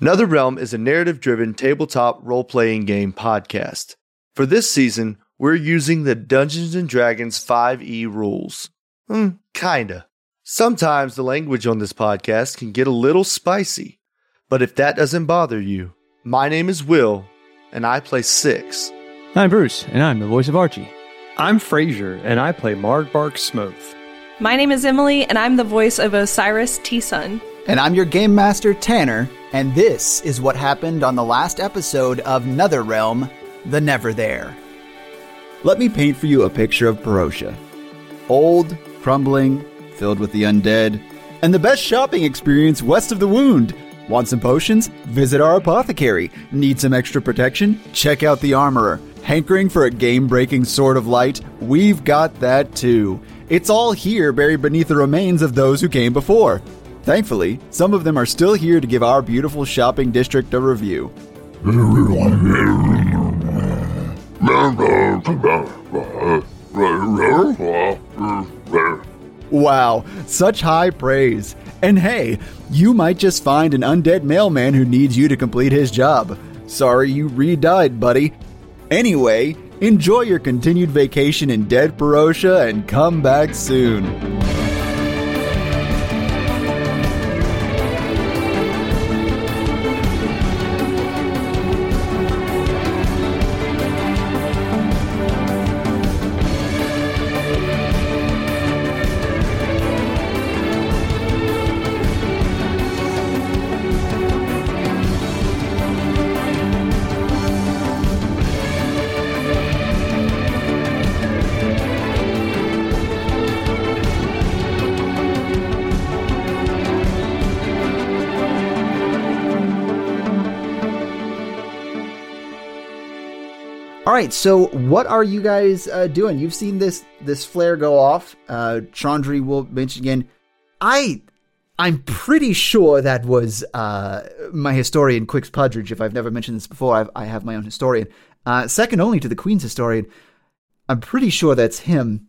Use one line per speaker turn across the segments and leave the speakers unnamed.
Another Realm is a narrative driven tabletop role playing game podcast. For this season, we're using the Dungeons and Dragons 5e rules. Hmm, kinda. Sometimes the language on this podcast can get a little spicy, but if that doesn't bother you, my name is Will, and I play Six.
I'm Bruce, and I'm the voice of Archie.
I'm Frazier, and I play Margbark Smoth.
My name is Emily, and I'm the voice of Osiris T Sun.
And I'm your game master, Tanner, and this is what happened on the last episode of Nether Realm, The Never There.
Let me paint for you a picture of Perosia. Old, crumbling, filled with the undead, and the best shopping experience west of the wound. Want some potions? Visit our apothecary. Need some extra protection? Check out the armorer. Hankering for a game breaking sword of light? We've got that too. It's all here buried beneath the remains of those who came before. Thankfully, some of them are still here to give our beautiful shopping district a review. Wow, such high praise. And hey, you might just find an undead mailman who needs you to complete his job. Sorry you re died, buddy. Anyway, enjoy your continued vacation in Dead Perosia and come back soon.
All right, so what are you guys uh, doing? You've seen this this flare go off. Uh, Chandri will mention again. I, I'm pretty sure that was uh, my historian Quix Pudridge. If I've never mentioned this before, I've, I have my own historian, uh, second only to the Queen's historian. I'm pretty sure that's him.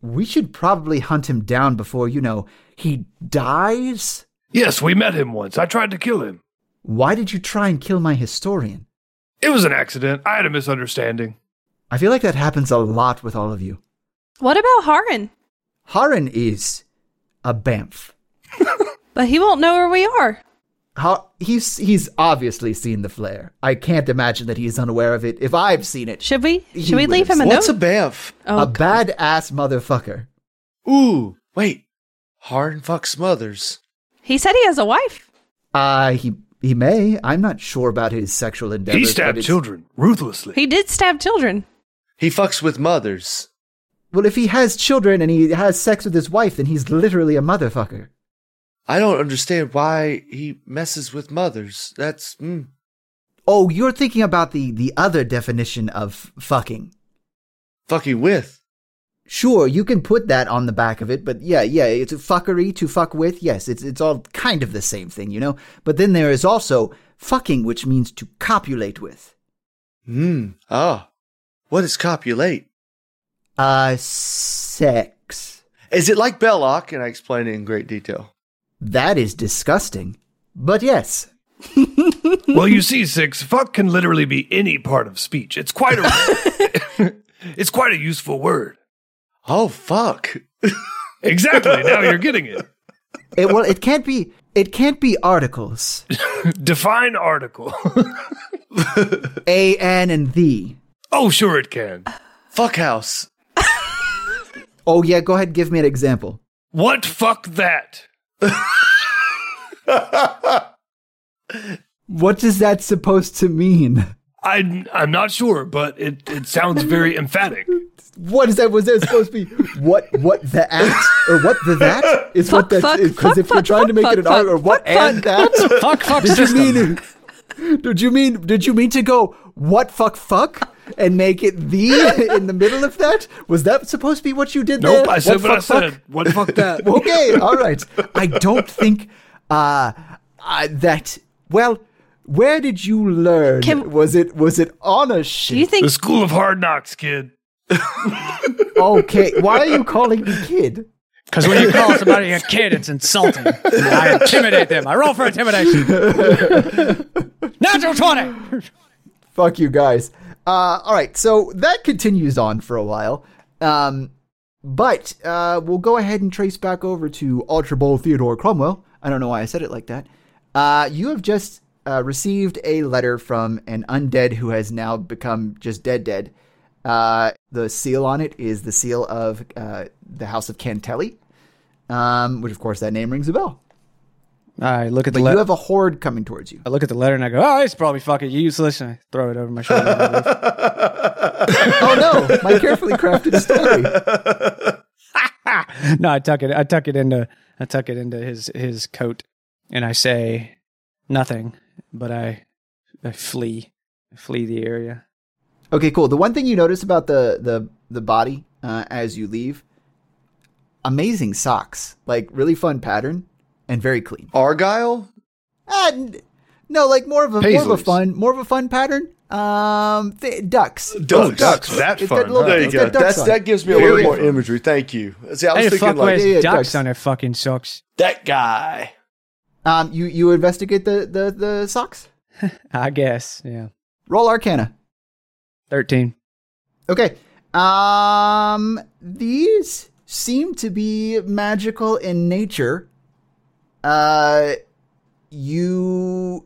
We should probably hunt him down before you know he dies.
Yes, we met him once. I tried to kill him.
Why did you try and kill my historian?
It was an accident. I had a misunderstanding.
I feel like that happens a lot with all of you.
What about Haran?
Haran is a bamf.
But he won't know where we are.
How he's he's obviously seen the flare. I can't imagine that he is unaware of it. If I've seen it,
Should we?
He
Should we leave him
lives.
a
What's a
note?
Banff?
oh,
a badass motherfucker.
Ooh, wait. Hard and fuck smothers.
he said he has a wife.
Uh he he may. I'm not sure about his sexual endeavors.
he
but
stabbed
it's-
children ruthlessly.
He did stab children.
He fucks with mothers.
Well, if he has children and he has sex with his wife, then he's literally a motherfucker.
I don't understand why he messes with mothers. That's mm.
Oh, you're thinking about the the other definition of fucking.
fucking with.
Sure, you can put that on the back of it, but yeah, yeah, it's a fuckery to fuck with. Yes, it's it's all kind of the same thing, you know. But then there is also fucking, which means to copulate with.
Hmm. Ah. What is copulate?
Uh, sex.
Is it like Belloc? And I explain it in great detail.
That is disgusting. But yes,
well, you see, six fuck can literally be any part of speech. It's quite a it's quite a useful word.
Oh fuck.
Exactly. Now you're getting it.
it well, it can't be. It can't be articles.
Define article.
A, an, and the.
oh, sure it can.
Fuck house.
Oh yeah, go ahead. and Give me an example.
What fuck that?
What does that supposed to mean?
I I'm not sure, but it, it sounds very emphatic.
What is that? Was that supposed to be what? What the act or what the that is
Fuck,
what that's
fuck,
because if
fuck,
you're trying
fuck,
to make
fuck,
it an art
fuck,
or what
fuck,
and that.
Fuck, fuck,
Did you
system.
mean? Did you mean? Did you mean to go what fuck fuck and make it the in the middle of that? Was that supposed to be what you did there?
Nope, I said what,
What
I
fuck,
said. What fuck that?
fuck? Okay, all right. I don't think uh, uh that. Well, where did you learn?
Can-
was it was it on a ship?
Do you think?
the school of hard knocks, kid.
okay, why are you calling me kid?
Because when you call somebody a kid, it's insulting. I intimidate them. I roll for intimidation. Natural 20!
Fuck you guys. Uh, all right, so that continues on for a while. Um, but uh, we'll go ahead and trace back over to Archibald Theodore Cromwell. I don't know why I said it like that. Uh, you have just uh, received a letter from an undead who has now become just dead dead. Uh, the seal on it is the seal of uh, the House of Cantelli, um, which, of course, that name rings a bell.
I look at the
But you
letter.
have a horde coming towards you.
I look at the letter and I go, oh, it's probably fucking useless. And I throw it over my shoulder.
oh no, my carefully crafted story.
no, I tuck it. I tuck it into. I tuck it into his his coat, and I say nothing. But I, I flee, I flee the area.
Okay, cool. The one thing you notice about the the the body uh, as you leave, amazing socks, like really fun pattern and very clean.
Argyle?
Oh,
And no, like more of a more of a
Paisleys.
fun more of a fun pattern. Um, th- ducks.
Ducks.
ducks. That
It's
fun.
got little-
There you
it's
go.
got ducks
That's,
on
that
it.
gives me a little
Very
more
fun.
imagery. Thank you. See, I was
Hey, the fuck
thinking like
wears
yeah, yeah,
ducks,
ducks.
on their fucking socks.
that guy.
Um, you you investigate the the the socks.
I guess. Yeah.
Roll Arcana.
Thirteen.
Okay. Um, these seem to be magical in nature. Uh, you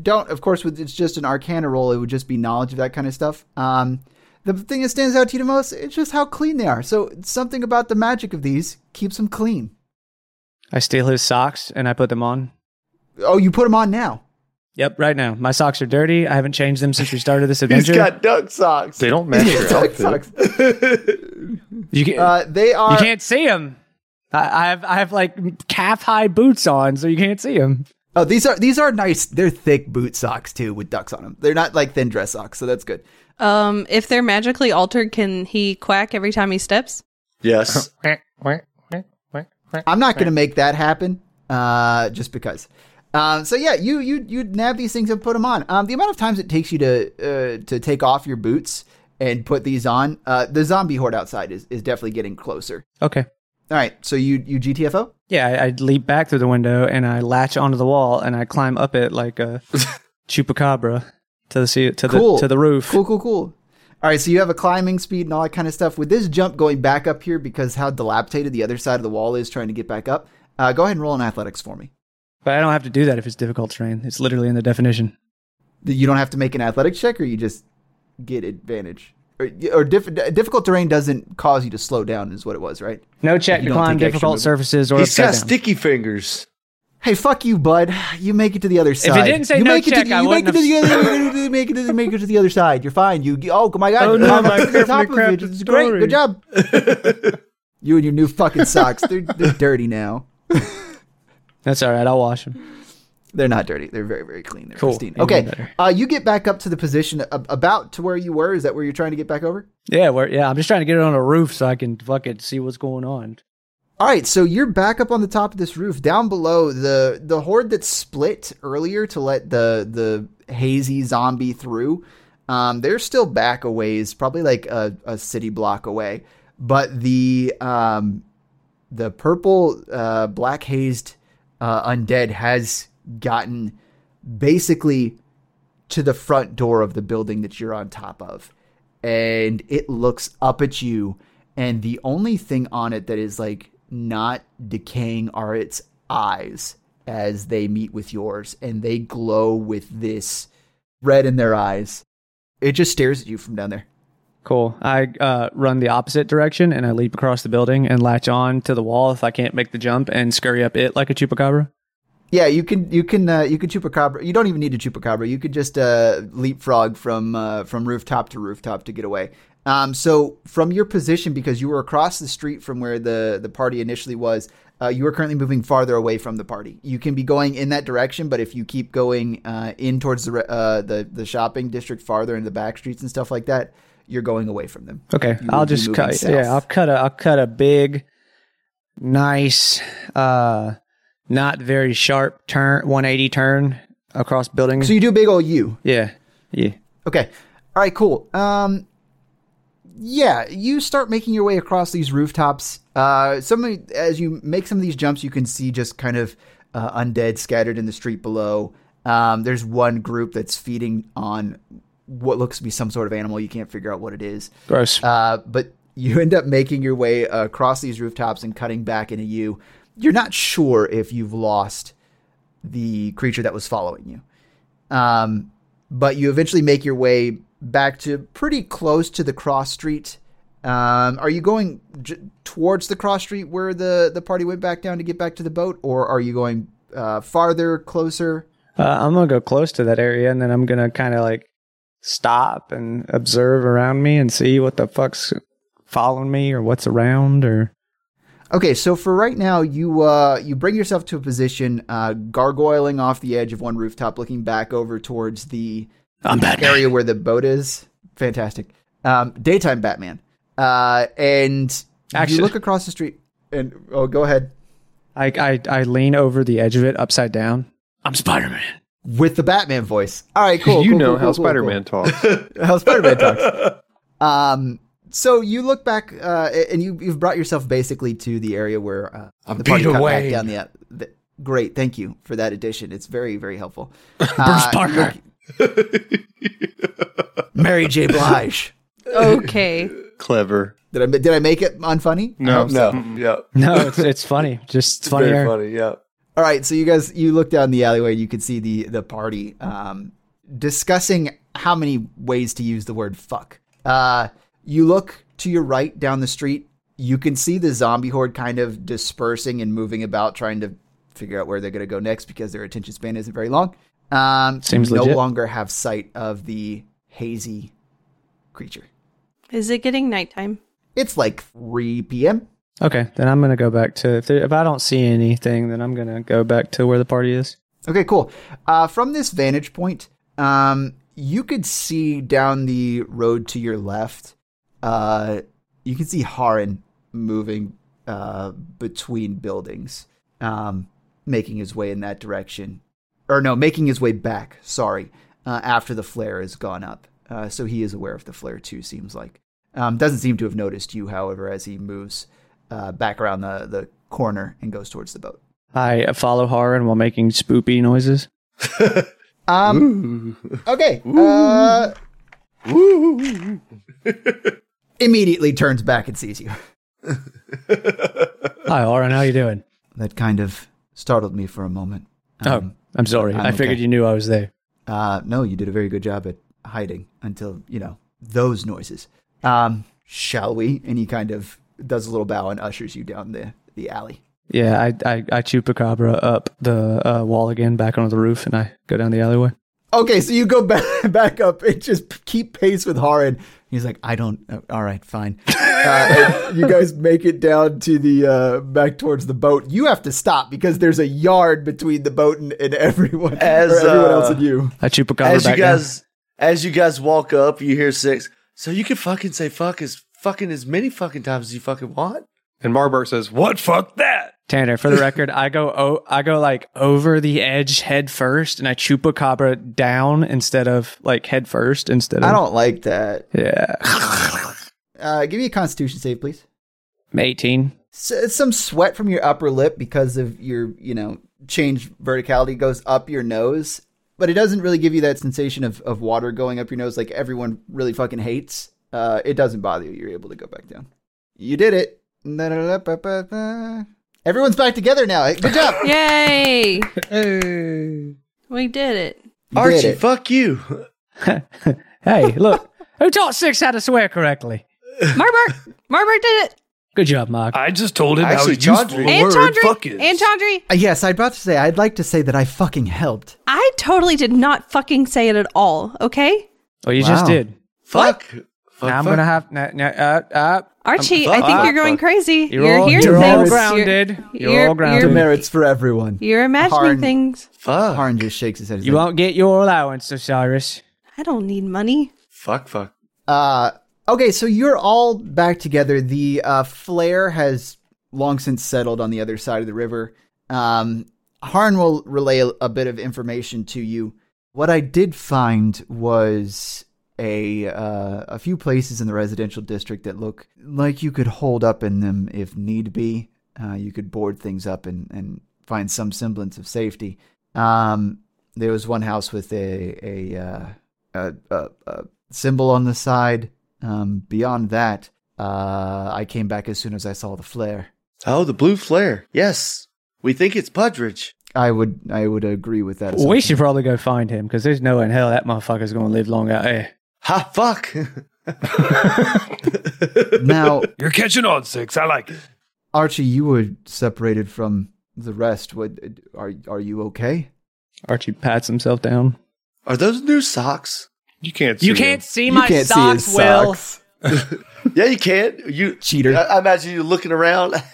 don't, of course, with it's just an arcana roll, it would just be knowledge of that kind of stuff. Um, the thing that stands out to you the most is just how clean they are. So something about the magic of these keeps them clean.
I steal his socks and I put them on.
Oh, you put them on now.
Yep, right now. My socks are dirty. I haven't changed them since we started this
He's
adventure.
got duck socks.
They don't match your
Duck
outfit.
socks.
you, can,
Uh, they are.
you can't see him. I, I have I have like calf high boots on, so you can't see him.
Oh, these are these are nice. They're thick boot socks too, with ducks on them. They're not like thin dress socks, so that's good.
Um, if they're magically altered, can he quack every time he steps?
Yes.
I'm not going to make that happen, uh, just because. Um, so yeah, you you you nab these things and put them on. Um, the amount of times it takes you to uh, to take off your boots and put these on, uh, the zombie horde outside is, is definitely getting closer.
Okay.
All right, so you you GTFO?
Yeah, I, I leap back through the window and I latch onto the wall and I climb up it like a chupacabra to the sea, to the
Cool.
to the roof.
Cool, cool, cool. All right, so you have a climbing speed and all that kind of stuff. With this jump going back up here because how dilapidated the other side of the wall is trying to get back up. Uh, go ahead and roll an athletics for me.
But I don't have to do that if it's difficult terrain. It's literally in the definition.
You don't have to make an athletics check, or you just get advantage. Or, or diff- difficult terrain doesn't cause you to slow down, is what it was, right?
No check
You
to
don't
climb
take extra
difficult
movement.
surfaces or
He's
upside
got
down.
sticky fingers.
Hey, fuck you, bud. You make it to the other side.
didn't say
you
no
make it
check,
to the,
I
you make it
wouldn't
to the other, you make it to the, make it to the other side. You're fine. You oh my god,
Oh,
you
no,
climbed
my
up to the top
carefully
of it.
crafted
It's great.
story.
Good job. you and your new fucking socks. They're, they're dirty now.
That's all right. I'll wash them.
They're not dirty. They're very very clean. They're
Cool.
pristine.
Even
Okay,
better.
uh, you get back up to the position ab- about to where you were. Is that where you're trying to get back over?
Yeah, we're, yeah. I'm just trying to get it on a roof so I can fucking see what's going on.
All right, so you're back up on the top of this roof. Down below, the the horde that split earlier to let the the hazy zombie through, um, they're still back a ways, probably like a, a city block away. But the um, the purple uh, black hazed uh, undead has gotten basically to the front door of the building that you're on top of. And it looks up at you. And the only thing on it that is like not decaying are its eyes as they meet with yours. And they glow with this red in their eyes. It just stares at you from down there.
Cool. I uh, run the opposite direction and I leap across the building and latch on to the wall if I can't make the jump and scurry up it like a chupacabra.
Yeah, you can you can uh, you can chupacabra. You don't even need a chupacabra. You could just uh, leapfrog from uh, from rooftop to rooftop to get away. Um, so from your position, because you were across the street from where the the party initially was, uh, you are currently moving farther away from the party. You can be going in that direction, but if you keep going uh, in towards the, re- uh, the the shopping district farther into the back streets and stuff like that, you're going away from them.
Okay,
You
I'll
would be
just
moving
cut.
south.
Yeah, I'll cut a. I'll cut a big, nice, uh, not very sharp turn, one eighty turn across building.
So you do a big old U.
yeah, yeah.
Okay. All right, cool. Um yeah, you start making your way across these rooftops. Uh, some of- as you make some of these jumps, you can see just kind of uh, undead scattered in the street below. Um, there's one group that's feeding on what looks to be some sort of animal. You can't figure out what it is.
Gross.
Uh, but you end up making your way uh, across these rooftops and cutting back into you. You're not sure if you've lost the creature that was following you. Um, but you eventually make your way back to pretty close to the cross street. Um, are you going j- towards the cross street where the, the party went back down to get back to the boat, or are you going uh, farther, closer?
Uh, I'm gonna go close to that area, and then I'm gonna kind of like stop and observe around me and see what the fuck's following me or what's around or
Okay, so for right now, you uh, you bring yourself to a position, uh, gargoyling off the edge of one rooftop, looking back over towards the
I'm bad.
area where the boat is. Fantastic. Um, daytime Batman. Uh, and
Actually-
you look across the street, and oh, go ahead
I, I I lean over the edge of it upside down. I'm Spider Man.
with the Batman voice. All right, cool.
you
cool,
know
cool,
how
cool, cool,
Spider
cool.
Man talks.
how Spider-Man talks. Um, so you look back, uh, and you, you've brought yourself basically to the area where uh,
I'm
the party
Peter
cut back
Wayne.
down the, the. Great, thank you for that addition. It's very, very helpful. Uh,
Parker.
look- Mary J. Blige.
Okay.
Clever.
Did I did I make it unfunny?
No,
No, yeah.
No, it's it's funny. Just
It's
funnier.
very funny, yeah.
All right, so you guys you look down the alleyway and you can see the the party um, discussing how many ways to use the word fuck. Uh, you look to your right down the street. You can see the zombie horde kind of dispersing and moving about, trying to figure out where they're going to go next because their attention span isn't very long. Um,
Seems
you no
legit.
longer have sight of the hazy creature.
Is it getting nighttime?
It's like 3 p.m.
Okay, then I'm gonna go back to if there, if I don't see anything, then I'm gonna go back to where the party is.
Okay, cool. Uh, from this vantage point, um, you could see down the road to your left. Uh, you can see Haran moving uh, between buildings, um, making his way in that direction. Or no, making his way back. Sorry, uh, after the flare has gone up, uh, so he is aware of the flare too. Seems like um, doesn't seem to have noticed you, however, as he moves uh, back around the the corner and goes towards the boat.
I uh, follow Haran while making spoopy noises.
Um,
Ooh.
Okay. Uh, immediately turns back and sees you.
Hi, Haran, how you doing?
That kind of startled me for a moment.
oh, I'm sorry.
I'm
I figured
okay.
you knew I was there.
Uh, no, you did a very good job at hiding until, you know, those noises. Um, shall we? And he kind of does a little bow and ushers you down the, the alley.
Yeah, I I, I chupacabra up the uh, wall again, back onto the roof, and I go down the alleyway.
Okay, so you go back, back up and just keep pace with Haran. He's like, I don't. uh, all right, fine. Uh, and you guys make it down to the uh, back towards the boat. You have to stop because there's a yard between the boat and, and everyone,
As,
or everyone
uh,
else and you.
I chupacabra
As you
back
guys as you guys walk up, you hear six. So you can fucking say fuck as fucking as many fucking times as you fucking want.
And Marbart says, "What fuck that?"
down. Tanner, for the record, I go oh, I go like over the edge head first, and I chupacabra down instead of like head first instead of.
I don't like that.
Yeah,
Uh, give me a Constitution save, please.
I'm 18.
S- some sweat from your upper lip because of your, you know, changed verticality goes up your nose, but it doesn't really give you that sensation of, of water going up your nose like everyone really fucking hates. Uh, it doesn't bother you. You're able to go back down. You did it. Na-da-da-ba-ba-ba. Everyone's back together now. Good job.
Yay! We did it.
You did
Archie,
it.
fuck you.
Hey, look, who taught six how to swear correctly?
Marbert! Marbert did it!
Good job, Mark.
I just told him
Actually,
how useful
Chandri-
the
And
word fuck
Chandri!
is.
And Chandri!
Uh, yes, I'd about to say, I'd like to say that I fucking helped.
I totally did not fucking say it at all, okay?
Well, you
Wow.
just did.
Fuck. Fuck,
now I'm
fuck.
gonna have. Now, now, uh, uh,
Archie,
Um,
I think
fuck.
you're going crazy.
You're all-
hearing
you're all
things.
grounded. You're all grounded.
Demerits for everyone.
You're imagining
Harn.
things.
fuck.
Harn just shakes his head. He's
you
like,
won't get your allowance, Osiris.
I don't need money.
Fuck. Fuck.
Uh, okay, so you're all back together. The uh, flare has long since settled on the other side of the river. Um, Harn will relay a bit of information to you. What I did find was a uh, a few places in the residential district that look like you could hold up in them if need be. Uh, you could board things up and, and find some semblance of safety. Um, there was one house with a a, uh, a, a, a symbol on the side. Um, beyond that, uh, I came back as soon as I saw the flare.
Oh, the blue flare. Yes. We think it's Pudridge.
I would I would agree with that.
We
assumption.
should probably go find him because there's no way in hell that motherfucker's going to live long out here.
Ha, fuck.
now,
You're catching on, Six. I like it.
Archie, you were separated from the rest. What are are you okay?
Archie pats himself down.
Are those new socks?
You can't. See you can't.
see
You
my
can't see his
socks, Will.
socks.
Yeah, you can't. You
Cheater.
I, I imagine you looking around.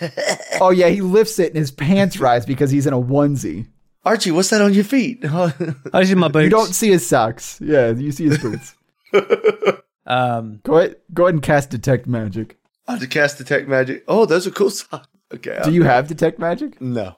Oh yeah, he lifts it and his pants rise because he's in a onesie.
Archie, what's that on your feet?
Oh, these are my boots.
You don't see his socks. Yeah, you see his boots.
um,
go ahead, go ahead and cast detect magic.
I to cast detect magic. Oh, those are cool socks. Okay.
Do
I-
you have detect magic?
No.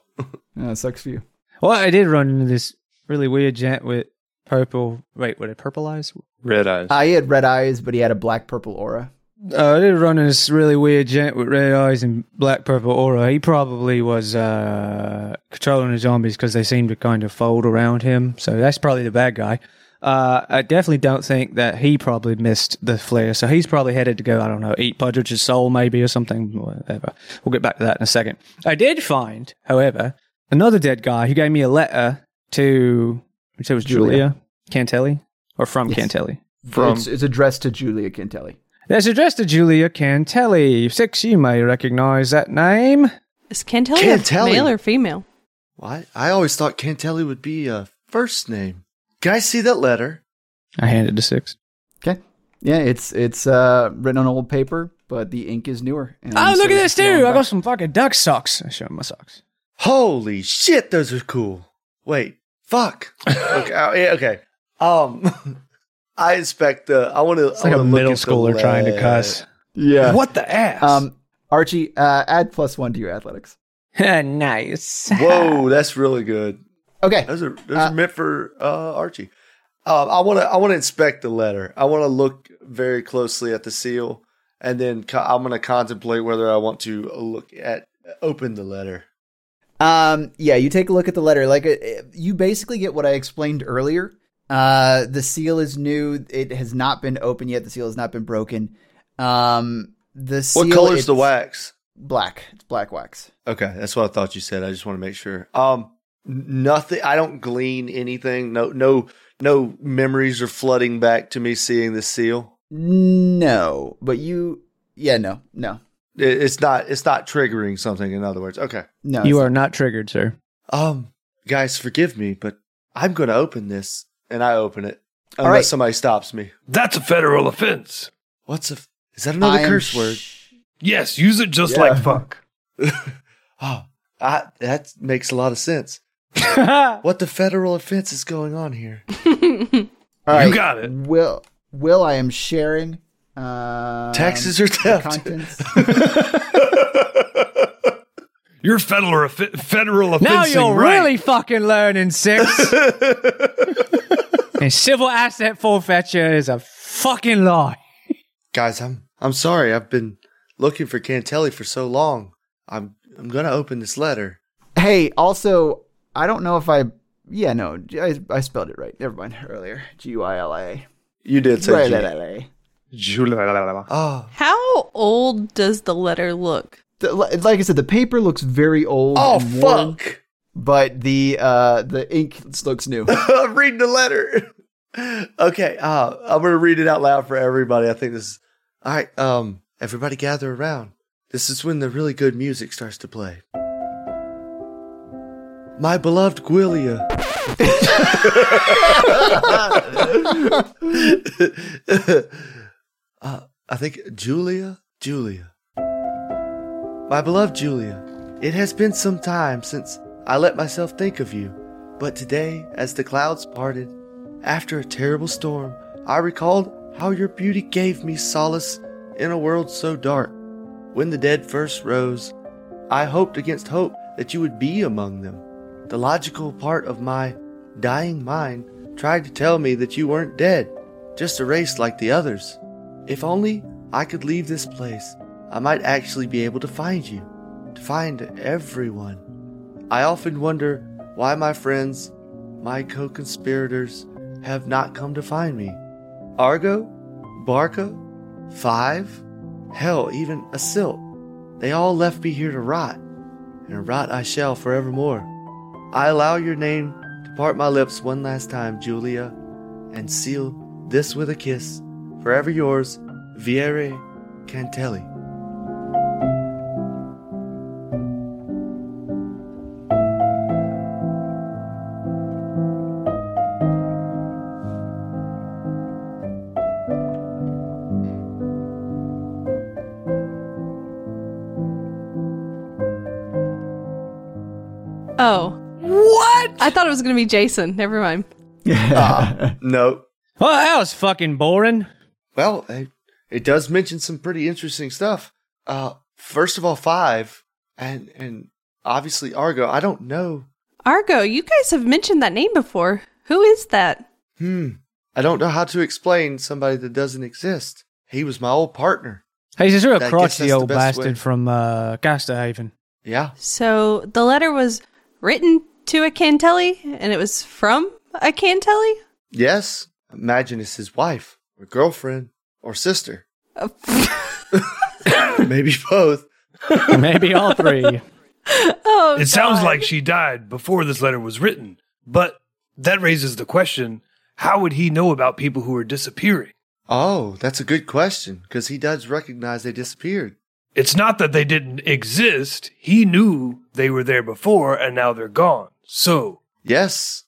Uh, sucks for you.
well, I did run into this really weird gent with purple. Wait, what? it Purple eyes?
Red eyes.
I had red eyes, but he had a black purple aura.
Uh, I did run into this really weird gent with red eyes and black purple aura. He probably was uh, controlling the zombies because they seemed to kind of fold around him. So that's probably the bad guy. Uh, I definitely don't think that he probably missed the flare. So he's probably headed to go, I don't know, eat Pudridge's soul maybe or something. Whatever. We'll get back to that in a second. I did find, however, another dead guy who gave me a letter to, which it was Julia, Cantelli or from
Yes.
Cantelli.
From-
it's, it's addressed to Julia Cantelli.
That's addressed to Julia Cantelli. Six, you may recognize that name.
Is Cantelli
Can't
a
tell
male
you.
or female?
Why? I always thought Cantelli would be a first name. Can I see that letter?
I handed to Six.
Okay. Yeah, it's it's uh, written on old paper, but the ink is newer. and
oh, look
so
at
it's
this,
still on
too. I
back.
got some fucking duck socks. I show him my socks.
Holy shit, those are cool. Wait, fuck. okay, uh, yeah, okay. Um, I inspect the. I want to.
It's like a middle schooler trying to cuss.
Uh,
yeah.
What the ass?
Um, Archie, uh, add plus one to your athletics.
nice.
Whoa, that's really good.
Okay.
Those are those
Uh,
are meant for uh, Archie. Um, I want to. I want to inspect the letter. I want to look very closely at the seal, and then co- I'm going to contemplate whether I want to look at open the letter.
Um, yeah, you take a look at the letter. Like, it, it- you basically get what I explained earlier. Uh, the seal is new. It has not been opened yet. The seal has not been broken. Um, the seal,
what color's the
it's
wax?
Black. It's black wax.
Okay, that's what I thought you said. I just want to make sure. Um, n- nothing. I don't glean anything. No, no, no memories are flooding back to me seeing the seal.
No, but you, yeah, no, no,
It, it's not. It's not triggering something. In other words, okay.
no.
You
it's-
are not triggered, sir.
Um, guys, forgive me, but I'm going to open this, and I open it
All
unless
right.
somebody stops me.
That's a federal offense.
What's a? F- is that another
I am
curse
sh-
word?
Yes, use it just
Yeah.
like fuck.
Oh, I, that makes a lot of sense. What the federal offense is going on here?
Um, All
You
right.
got it.
Will, Will, I am sharing. Uh,
Taxes or theft?
contents.
You're federal offe- federal
now
offense.
you're
right.
really fucking learning, Six. and civil asset forfeiture is a fucking lie.
guys i'm i'm sorry i've been looking for cantelli for so long i'm i'm gonna open this letter
Hey, also, I don't know if I. Yeah, no, I, I spelled it right. Never mind. Earlier, G U I L I
you did
A.
say
Right,
G.
right, right, right.
oh
How old does the letter look?
The- li- Like I said, the paper looks very old.
oh
and worn,
fuck
But the uh, the ink looks new.
i'm reading the letter okay uh i'm gonna read it out loud for everybody i think this is all right um everybody gather around this is when the really good music starts to play my beloved Gwilia. uh, I think Julia? Julia. My beloved Julia, it has been some time since I let myself think of you, but today, as the clouds parted, after a terrible storm, I recalled how your beauty gave me solace in a world so dark. When the dead first rose, I hoped against hope that you would be among them. The logical part of my dying mind tried to tell me that you weren't dead, just a race like the others. If only I could leave this place, I might actually be able to find you, to find everyone. I often wonder why my friends, my co conspirators, have not come to find me. Argo, Barca, Five, hell, even Asil. They all left me here to rot, and rot I shall forevermore. I allow your name to part my lips one last time, Julia, and seal this with a kiss. Forever yours, Viere Cantelli.
Oh. What? I thought it was going to be Jason. Never mind.
No.
Well, that was fucking boring.
Well, it, it does mention some pretty interesting stuff. Uh, first of all, Five, and and obviously Argo. I don't know
Argo, you guys have mentioned that name before. Who is that?
Hmm. I don't know how to explain somebody that doesn't exist. He was my old partner.
Hey, he's a
I
real
guess
crotchety
that's the
old
best way.
bastard from uh, Gasterhaven.
Yeah.
So the letter was written to a Cantelli and it was from a Cantelli?
Yes. Imagine it's his wife, or girlfriend, or sister. Maybe both.
Maybe all three.
Oh,
It sounds
God.
like she died before this letter was written, but that raises the question how would he know about people who are disappearing?
Oh, that's a good question, because he does recognize they disappeared.
It's not that they didn't exist, he knew they were there before and now they're gone. So,
Yes.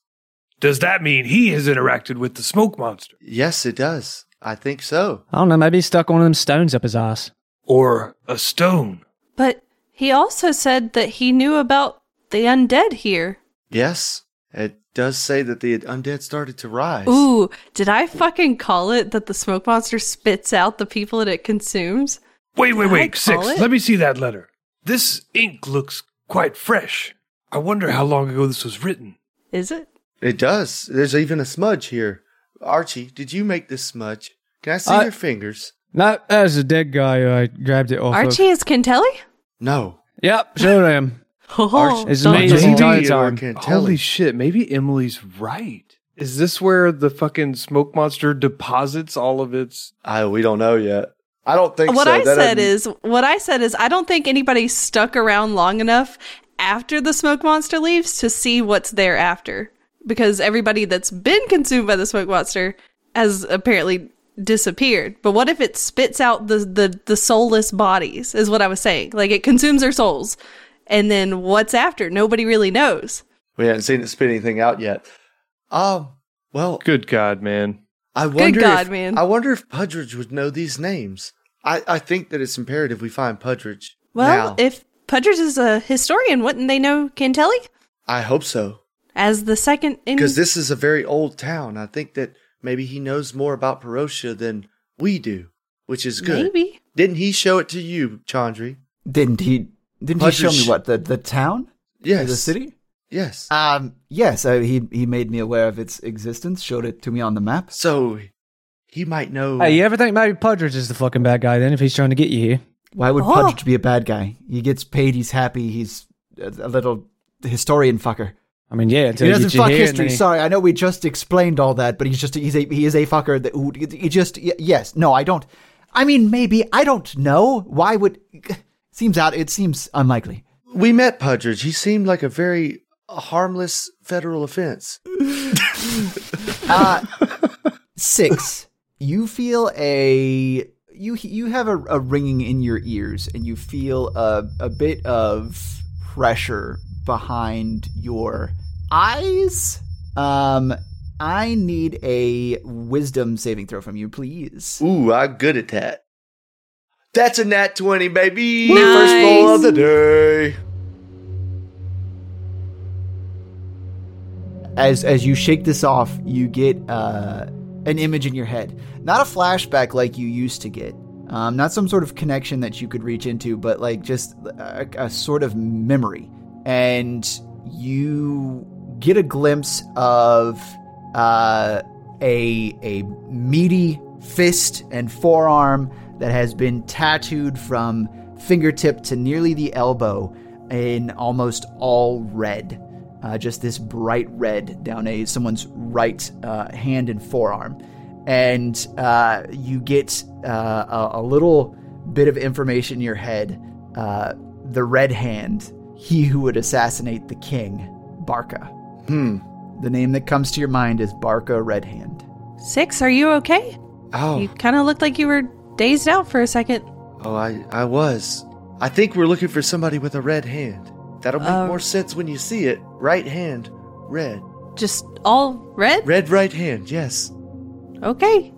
does that mean he has interacted with the smoke monster?
Yes, it does. I think so.
I don't know. Maybe he stuck one of them stones up his ass.
Or a stone?
But he also said that he knew about the undead here.
Yes. It does say that the undead started to rise.
Ooh, did I fucking call it that the smoke monster spits out the people that it consumes?
Wait, wait,
Did I
wait, Six,
call it?
let me see that letter. This ink looks quite fresh. I wonder how long ago this was written.
Is it?
It does. There's even a smudge here. Archie, did you make this smudge? Can I see
Uh,
I-
your fingers?
No, that was a dead guy who I grabbed it off. of.
Archie is Cantelli?
No.
Yep, sure I am.
Oh,
It's
don't-
me. This
Maybe-
entire
Theodore
time.
Cantelli.
Holy shit, maybe Emily's right. Is this where the fucking smoke monster deposits all of its
I we don't know yet. I don't think
what
so.
I
That
said
doesn't-
is what I said is I don't think anybody stuck around long enough after the smoke monster leaves to see what's there after because everybody that's been consumed by the smoke monster has apparently disappeared. But what if it spits out the the, the soulless bodies is what I was saying. Like it consumes their souls. And then what's after? Nobody really knows.
we haven't seen it spit anything out yet. Um. Well,
good god, man?
I wonder.
God,
if,
man.
I wonder if Pudridge would know these names. I I think that it's imperative we find Pudridge.
Well,
now.
if Pudgers is a historian, wouldn't they know Cantelli?
I hope so,
As the second in
because this is a very old town. I think that maybe he knows more about Perosia than we do, which is good.
maybe.
Didn't he show it to you, Chandri?
Didn't he? Didn't
Pudge
he show
is-
me what the the town? Or
Yes.
the city.
Yes.
Um. Yes. Uh, he he made me aware of its existence. Showed it to me on the map.
so he might know.
Hey, you ever think maybe Pudridge is the fucking bad guy then if he's trying to get you here?
Why would
Oh.
Pudge be a bad guy? He gets paid. He's happy. He's a, a little historian fucker.
I mean, yeah, until
he
you
doesn't
get you
fuck
here and
history.
then he-
Sorry, I know we just explained all that, but he's just he's a he is a fucker that who he just y- yes no I don't. I mean maybe I don't know why would seems out it seems unlikely.
We met Pudridge. He seemed like a very harmless federal offense.
Uh, six. You feel a you you have a, a ringing in your ears, and you feel a a bit of pressure behind your eyes. Um, I need a wisdom saving throw from you, please.
Ooh, I'm good at that. That's a nat 20, baby.
Nice.
First roll of the day.
as as you shake this off, you get uh, an image in your head, not a flashback like you used to get, um, not some sort of connection that you could reach into, but like just a, a sort of memory, and you get a glimpse of uh, a a meaty fist and forearm that has been tattooed from fingertip to nearly the elbow in almost all red. Uh, just this bright red down a someone's right uh, hand and forearm, and uh, you get uh, a, a little bit of information in your head. Uh, the red hand, he who would assassinate the king, Barca.
Hmm.
The name that comes to your mind is Barca Red Hand.
Six, are you okay?
Oh,
You kind of looked like you were dazed out for a second.
oh, I, I was. I think we're looking for somebody with a red hand. That'll make
Uh,
more sense when you see it. Right hand, red.
Just all red?
Red right hand, yes.
Okay.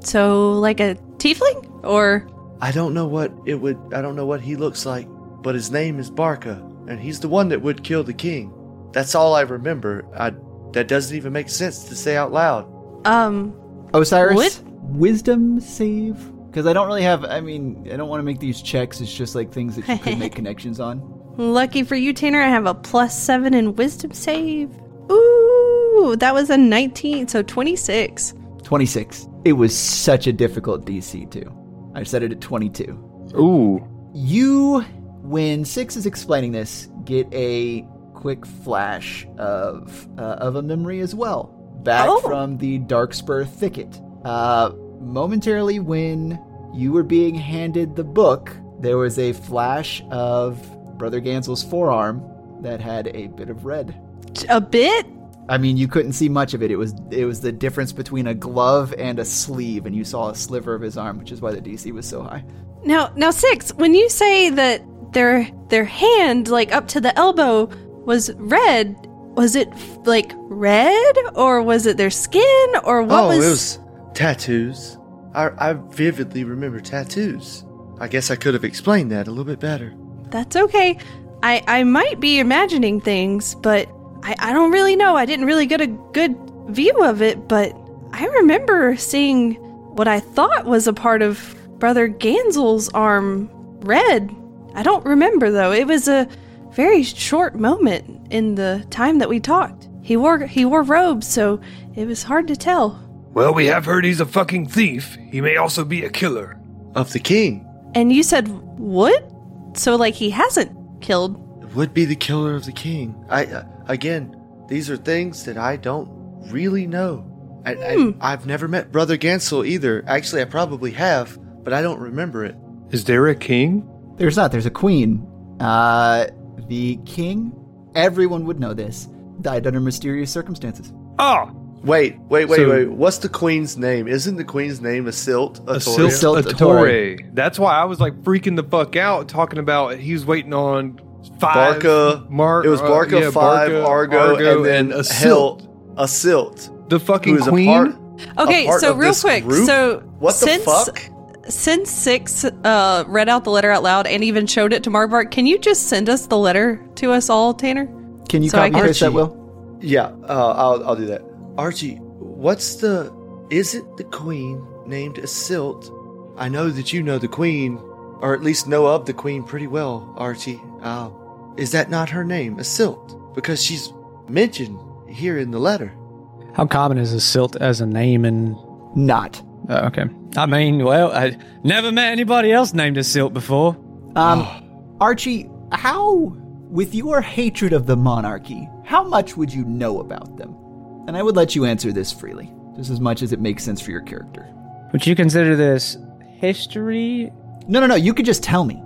So, like a tiefling? Or.
I don't know what it would. I don't know what he looks like, but his name is Barca, and he's the one that would kill the king. That's all I remember. I that doesn't even make sense to say out loud.
Um,
Osiris,
What?
wisdom
save? Because I don't really have. I mean, I don't want to make these checks. It's just like things that you could make connections on.
lucky for you, Tanner, I have a plus seven in wisdom save. Ooh, that was a 19, so 26.
26.
It was such a difficult DC too. I set it at 22.
Ooh.
You, when Six is explaining this, get a quick flash of uh, of a memory as well, back
Oh.
from the Darkspur thicket. Uh, momentarily, when you were being handed the book, there was a flash of Brother Gansel's forearm that had a bit of red.
A bit?
I mean, you couldn't see much of it. It was it was the difference between a glove and a sleeve, and you saw a sliver of his arm, which is why the DC was so high.
Now, now, six. When you say that their their hand, like up to the elbow, was red, was it f- like red, or was it their skin, or what
oh,
was?
it was tattoos. I I vividly remember tattoos. I guess I could have explained that a little bit better.
That's okay. I I might be imagining things, but I I don't really know. I didn't really get a good view of it, but I remember seeing what I thought was a part of Brother Ganzel's arm red. I don't remember though. It was a very short moment in the time that we talked. He wore he wore robes, so it was hard to tell.
Well, we have heard he's a fucking thief. He may also be a killer.
Of the king,
And you said what? So like he hasn't killed
it would be the killer of the king. I uh, again, these are things that I don't really know. I,
Hmm.
I, I've never met Brother Gansel either. Actually, I probably have, but I don't remember it.
Is there a king?
There's not. There's a queen. Uh, the king. Everyone would know this. Died under mysterious circumstances.
Ah,
Wait, wait, wait,
So-
wait. What's the queen's name? Isn't the queen's name a silt? A
Sil-
Toria?
Sil-
Torre. That's why I was like freaking the fuck out talking about he's waiting on five.
Barca.
Mar-
it was
uh,
Barca
yeah,
five,
Barca,
Argo, and then a silt.
Asilt.
A silt.
The
Who
fucking
is
queen.
a part. a
Okay,
part
so
of
real
this
quick,
group?
so
what the
since
fuck?
since six uh, read out the letter out loud and even showed it to Marvark, can you just send us the letter to us all, Tanner?
Can you
So I
copy
can-
paste that,
Archie.
Will?
Yeah, uh, I'll I'll do that. Archie, what's the? Isn't the queen named a silt? I know that you know the queen, or at least know of the queen pretty well, Archie. Uh, is that not her name, a silt? Because she's mentioned here in the letter.
How common is a silt as a name? And
Not.
oh, okay, I mean, well, I never met anybody else named a silt before.
Oh.
Um, Archie, how, with your hatred of the monarchy, how much would you know about them? And I would let you answer this freely, just as much as it makes sense for your character.
Would you consider this history?
No, no, no. You could just tell me.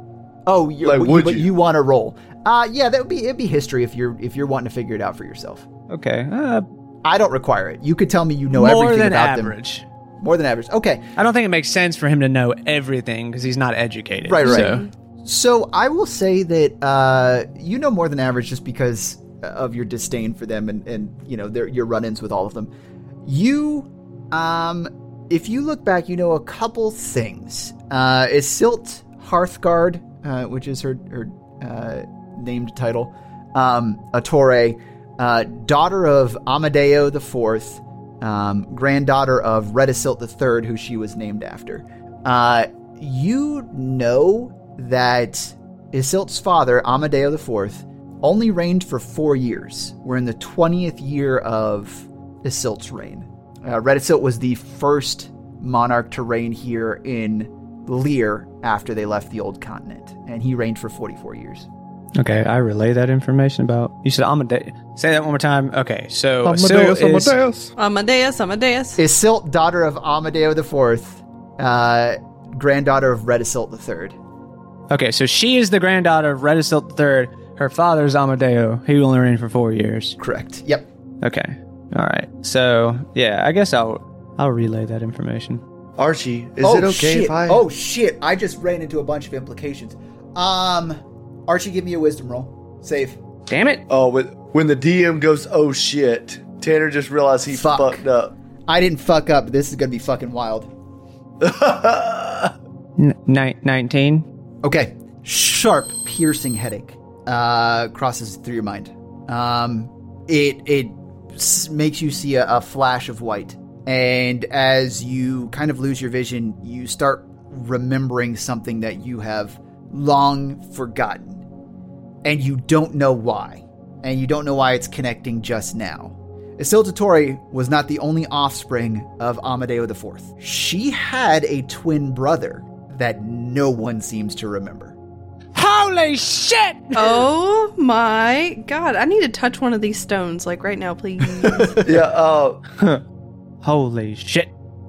Oh, you're,
Like,
you,
would
but
you?
you want to roll? Uh, yeah, that would be it'd be history if you're if you're wanting to figure it out for yourself.
Okay, uh,
I don't require it. You could tell me you know
more
everything
than
about
average.
them. More than average. Okay.
I don't think it makes sense for him to know everything because he's not educated.
Right, right.
so-
So I will say that uh, you know more than average just because uh, of your disdain for them and, and you know their, your run-ins with all of them. You, um, if you look back, you know a couple things. Uh, is Silt Hearthguard, uh, which is her her uh, named title, um, Attore, uh, daughter of Amadeo the Fourth, um, granddaughter of Redisilt the Third, who she was named after. Uh, you know that Isilt's father, Amadeo the Fourth, only reigned for four years. We're in the twentieth year of Isilt's reign. Uh, Redisilt was the first monarch to reign here in Lear after they left the old continent, and he reigned for 44 years.
Okay, I relay that information about. You said Amadeus. Say that one more time. Okay, so
Amadeus,
Sil is-
Amadeus.
Amadeus, Amadeus.
Isilt, daughter of Amadeo IV, uh, granddaughter of Redisilt III.
Okay, so she is the granddaughter of Redisilt III. Her father's Amadeo. He only reigned for four years.
Correct. Yep.
Okay, all right. So yeah, I guess I'll I'll relay that information.
Archie, is it okay
shit.
if I?
Oh shit! I just ran into a bunch of implications. Um, Archie, give me a wisdom roll. Save.
Damn it!
Oh, when, when the DM goes, oh shit, Tanner just realized he
Fuck.
fucked up.
I didn't fuck up. This is gonna be fucking wild.
N- nine- Nineteen.
Okay. Sharp, piercing headache uh, crosses through your mind. Um, it it s- makes you see a, a flash of white, and as you kind of lose your vision, you start remembering something that you have long forgotten, and you don't know why, and you don't know why it's connecting just now. Isil Totori was not the only offspring of Amadeo IV. She had a twin brother that no one seems to remember.
Holy shit!
Oh my god. I need to touch one of these stones, like right now, please.
yeah. Uh,
Holy shit!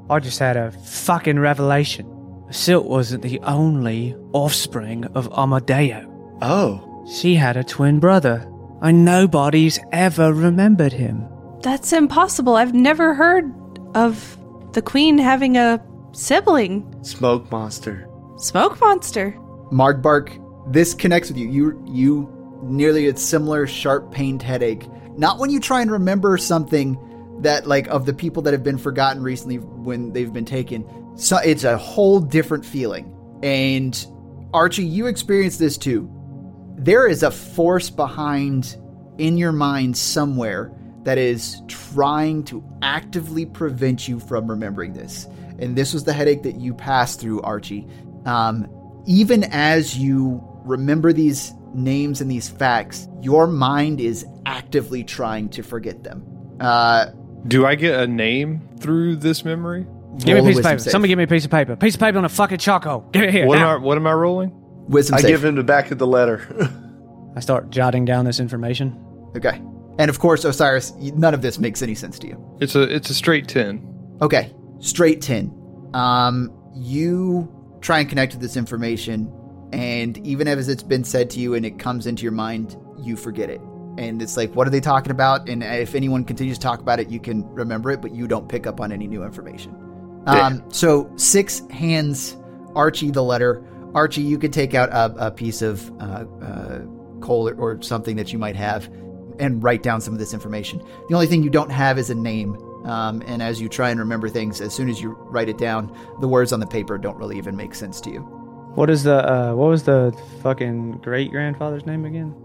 I just had a fucking revelation. Silt wasn't the only offspring of Amadeo.
oh,
She had a twin brother, and nobody's ever remembered him.
That's impossible. I've never heard of the queen having a sibling.
smoke monster.
Smoke monster.
Margbark, this connects with you. You you nearly a similar sharp pained headache. Not when you try and remember something that like of the people that have been forgotten recently when they've been taken. So it's a whole different feeling. And Archie, you experienced this too. There is a force behind in your mind somewhere that is trying to actively prevent you from remembering this. And this was the headache that you passed through, Archie. Um, even as you remember these names and these facts, your mind is actively trying to forget them. Uh,
Do I get a name through this memory?
Give me
roll
a piece of
wisdom
paper.
save.
Somebody give me a piece of paper. Piece of paper on a fucking choco. Give it here.
What am,
now.
I, what am I rolling?
wisdom
I
save.
give him the back of the letter.
I start jotting down this information.
okay. And of course, Osiris, y- none of this makes any sense to you.
It's a it's a straight ten.
Okay, straight 10. Um, you try and connect with this information, and even as it's been said to you and it comes into your mind, you forget it. And it's like, what are they talking about? And if anyone continues to talk about it, you can remember it, but you don't pick up on any new information. Um, so, six hands Archie the letter. Archie, you could take out a, a piece of uh, uh, coal or, or something that you might have and write down some of this information. The only thing you don't have is a name. Um, and as you try and remember things, as soon as you write it down, the words on the paper don't really even make sense to you.
What is the uh, what was the fucking great grandfather's name again?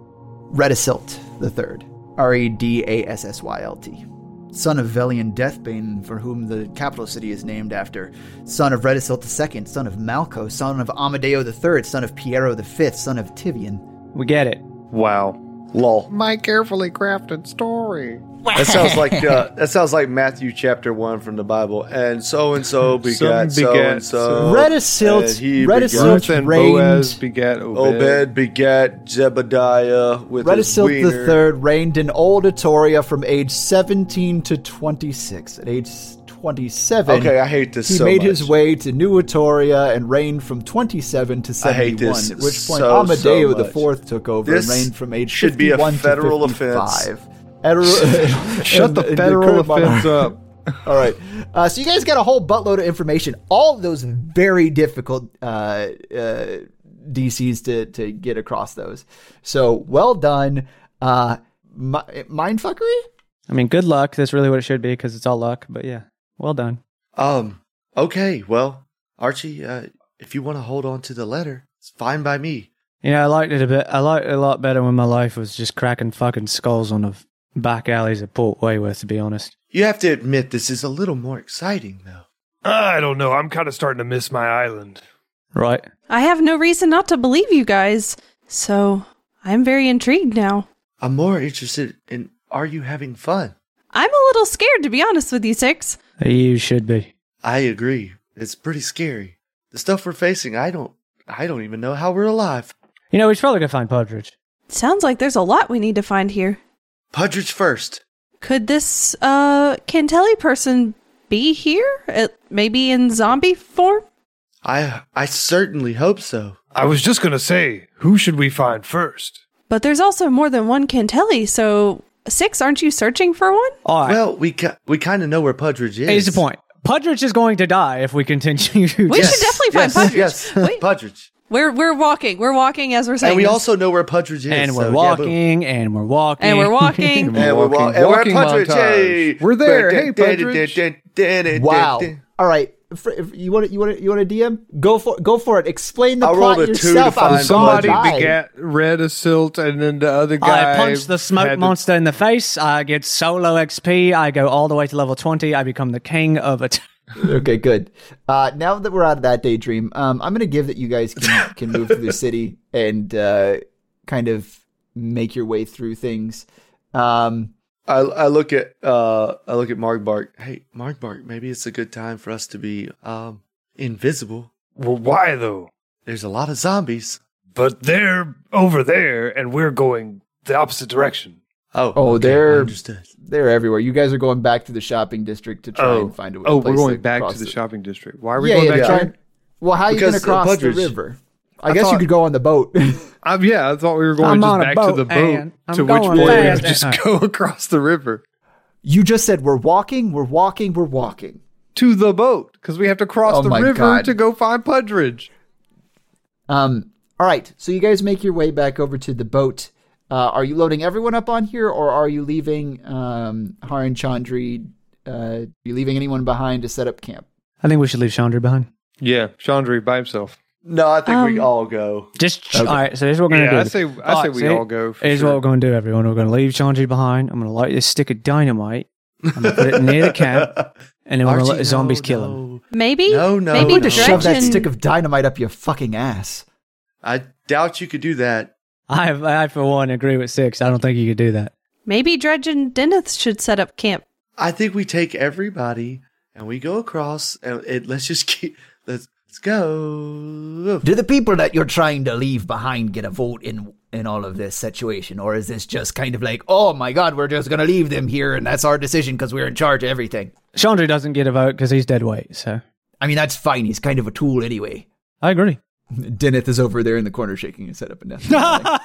Redisilt the Third, R E D A S S Y L T, son of Velian Deathbane, for whom the capital city is named after, son of Redisilt II, son of Malco, son of Amadeo the Third, son of Piero the Fifth, son of Tivian.
We get it.
Wow.
Lol.
My carefully crafted story.
That sounds like uh, that sounds like Matthew chapter one from the Bible. And so and so begat
Some
so and
begat
so.
so-
Redisilt-
and he
Redisilt-
begat
Ruth and
reigned-
Boaz begat Obed.
Obed begat Jebediah with his
Redisilt
wiener.
the Third reigned in Old Etoria from age 17 to 26. At age 27,
Okay, I hate this
He
so
made
much.
his way to New Etoria and reigned from 27 to
I
71.
hate this
at which point,
so,
Amadeo
so
the
much.
Fourth took over
This
and reigned from age
should be a
51 to
federal
55.
offense.
Federal-
Shut
and-
the
and
federal
current monarch-
offense up.
all right. Uh, so you guys got a whole buttload of information. All of those very difficult uh, uh, DCs to, to get across those. So well done. Uh, mi- mind fuckery?
I mean, good luck. That's really what it should be because it's all luck. But yeah, well done.
Um. Okay. Well, Archie, uh, if you want to hold on to the letter, it's fine by me.
You know, I liked it a bit. I liked it a lot better when my life was just cracking fucking skulls on the f- back alleys of Port Wayworth. To be honest,
You have to admit this is a little more exciting, though.
I don't know. I'm kind of starting to miss my island.
right?
I have no reason not to believe you guys, so I'm very intrigued now.
I'm more interested in are you having fun?
I'm a little scared, to be honest with you, Six.
You should be.
I agree. It's pretty scary. The stuff we're facing, I don't I don't even know how we're alive.
You know, we should probably go find Podridge.
Sounds like there's a lot we need to find here.
Pudridge first.
Could this uh Cantelli person be here? Uh, maybe in zombie form?
I I certainly hope so.
I was just going to say, who should we find first?
But there's also more than one Cantelli, so six, aren't you searching for one?
All right.
Well, we ki- we kind of know where Pudridge is.
here's the point. Podridge is going to die if we continue. to-
We should definitely find Pudridge.
Yes,
Wait.
Pudridge.
We're we're walking. We're walking as we're saying.
And we
this.
also know where Pudridge is.
and
so,
we're
yeah, boom.
walking, and we're walking,
and we're walking.
And we're, walking,
Walking-
and we're
walking
Pudridge.
montage.
Hey.
We're there. Hey,
Pudridge.
Wow. All right. Fr- if you want to, you want to, you want to DM? Go for go for it. Explain the
I
plot
rolled a two to
yourself. I'm
find
so
Somebody
alive.
begat red a silt, and then the other guy.
Oh, I punch the smoke
had
monster in the face. I get solo XP. I go all the way to level 20. I become the king of it.
Okay, good. Uh, now that we're out of that daydream, um, I'm going to give that you guys can, can move through the city and uh, kind of make your way through things. Um,
I, I look at uh I look at Mark Bark. Hey, Mark Bark, maybe it's a good time for us to be um invisible.
Well, why though?
There's a lot of zombies.
But they're over there and we're going the opposite direction.
Oh,
Oh,
okay,
they're-
understood.
they're everywhere. You guys are going back to the shopping district to try
Oh.
and find a
Oh,
place
we're going back
cross
to the
it.
shopping district. Why are we
Yeah,
going
yeah,
back?
try
to
and- well, how are you going
Because
to
the
cross the
Pudridge-
river? I, guess you
thought-
could go on the boat.
Um, yeah, I thought we were going
I'm
just
on a
back
boat,
to the
and
boat.
I'm
To which
going
point we
fast.
would just go across the river
you just said we're walking, we're walking, we're walking.
to the boat because we have to cross
Oh
the
my
river
God.
to go find Pudridge.
Um, all right, so you guys make your way back over to the boat. Uh, are you loading everyone up on here, or are you leaving um, Haran Chandri? Uh, you leaving anyone behind to set up camp?
I think we should leave Chandra behind.
Yeah, Chandri by himself.
No, I think we all go.
Just all right. So here's what we're gonna
Yeah,
do.
I say- I say we all go for
Here's
sure.
what we're gonna do, everyone. We're gonna leave Chandra behind. I'm gonna light this stick of dynamite. I'm gonna put it near the camp, and then we're gonna let the zombies kill him.
Maybe.
No, no,
Maybe
no.
I'm going to Oh, shove that
Gretchen-
stick of dynamite up your fucking ass.
I doubt you could do that.
I, I for one agree with six. I don't think you could do that.
Maybe Dredge and Dennis should set up camp.
I think we take everybody and we go across and it, let's just keep let's, let's go.
Do the people that you're trying to leave behind get a vote in in all of this situation, or is this just kind of like, oh my god, we're just going to leave them here, and that's our decision because we're in charge of everything?
Chandra doesn't get a vote because he's dead weight. So
I mean, that's fine. He's kind of a tool anyway.
I agree.
Deneth is over there in the corner shaking his head up and down.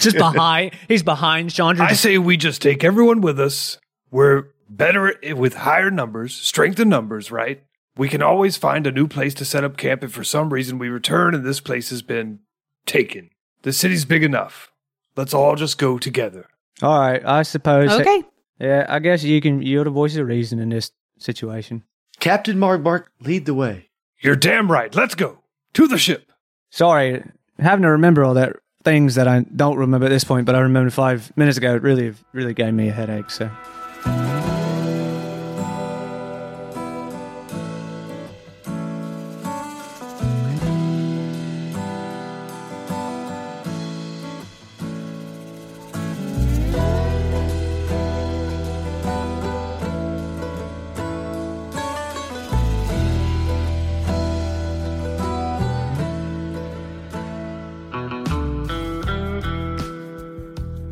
Just behind. He's behind Chandra.
I say we just take everyone with us. We're better i- with higher numbers, strength in numbers, right? We can always find a new place to set up camp if for some reason we return and this place has been taken. The city's big enough. Let's all just go together.
all right. I suppose.
Okay.
Yeah, I guess you can. You're the voice of reason in this situation.
Captain Mark Bark, lead the way.
You're damn right. Let's go to the ship.
Sorry, having to remember all that things that I don't remember at this point, but I remember five minutes ago. It really, really gave me a headache. So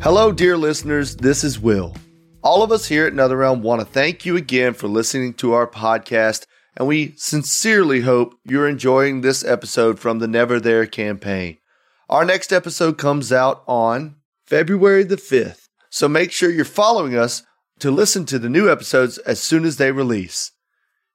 Hello, dear listeners. This is Will. All of us here at Another Realm want to thank you again for listening to our podcast, and we sincerely hope you're enjoying this episode from the Never There campaign. Our next episode comes out on February the 5th, so make sure you're following us to listen to the new episodes as soon as they release.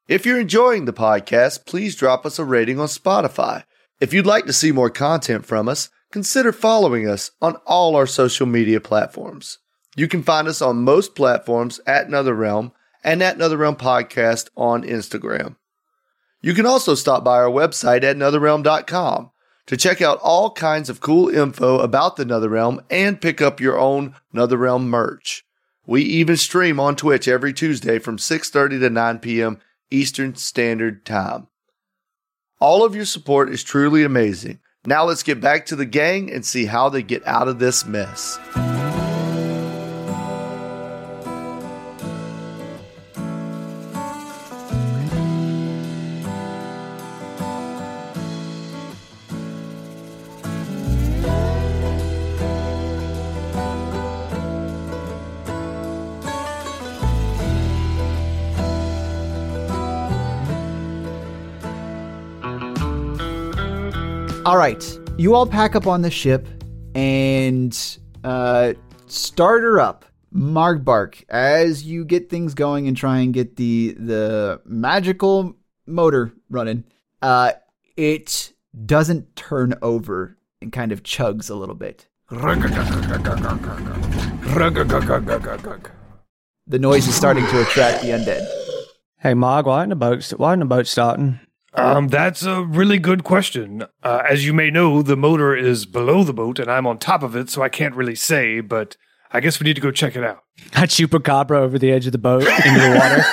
If you're enjoying the podcast, please drop us a rating on Spotify. If you'd like to see more content from us, consider following us on all our social media platforms. You can find us on most platforms at Another Realm and at Another Realm Podcast on Instagram. You can also stop by our website at anotherrealm.com to check out all kinds of cool info about the Another Realm and pick up your own Another Realm merch. We even stream on Twitch every Tuesday from 6:30 to 9 p.m. Eastern Standard Time. All of your support is truly amazing. Now let's get back to the gang and see how they get out of this mess.
All right. You all pack up on the ship and uh, start her up. Margbark, as you get things going and try and get the the magical motor running, uh, it doesn't turn over and kind of chugs a little bit. The noise is starting to attract the undead.
Hey, Marg, why isn't the boat? St- why isn't the boat starting?
Um, that's a really good question. Uh, as you may know, the motor is below the boat and I'm on top of it, so I can't really say, but I guess we need to go check it out.
I chupacabra over the edge of the boat into the water.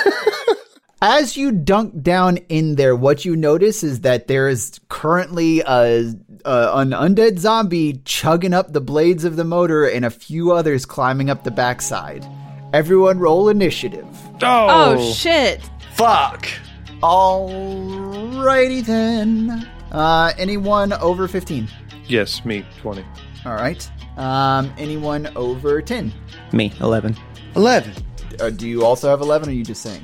As you dunk down in there, what you notice is that there is currently a, a an undead zombie chugging up the blades of the motor, and a few others climbing up the backside. Everyone, roll initiative.
Oh, shit.
Fuck.
Alrighty then. Uh, anyone over fifteen?
Yes, me, 20.
All right. Um, anyone over ten?
Me, eleven.
11.
Uh, do you also have eleven? Or are you just saying?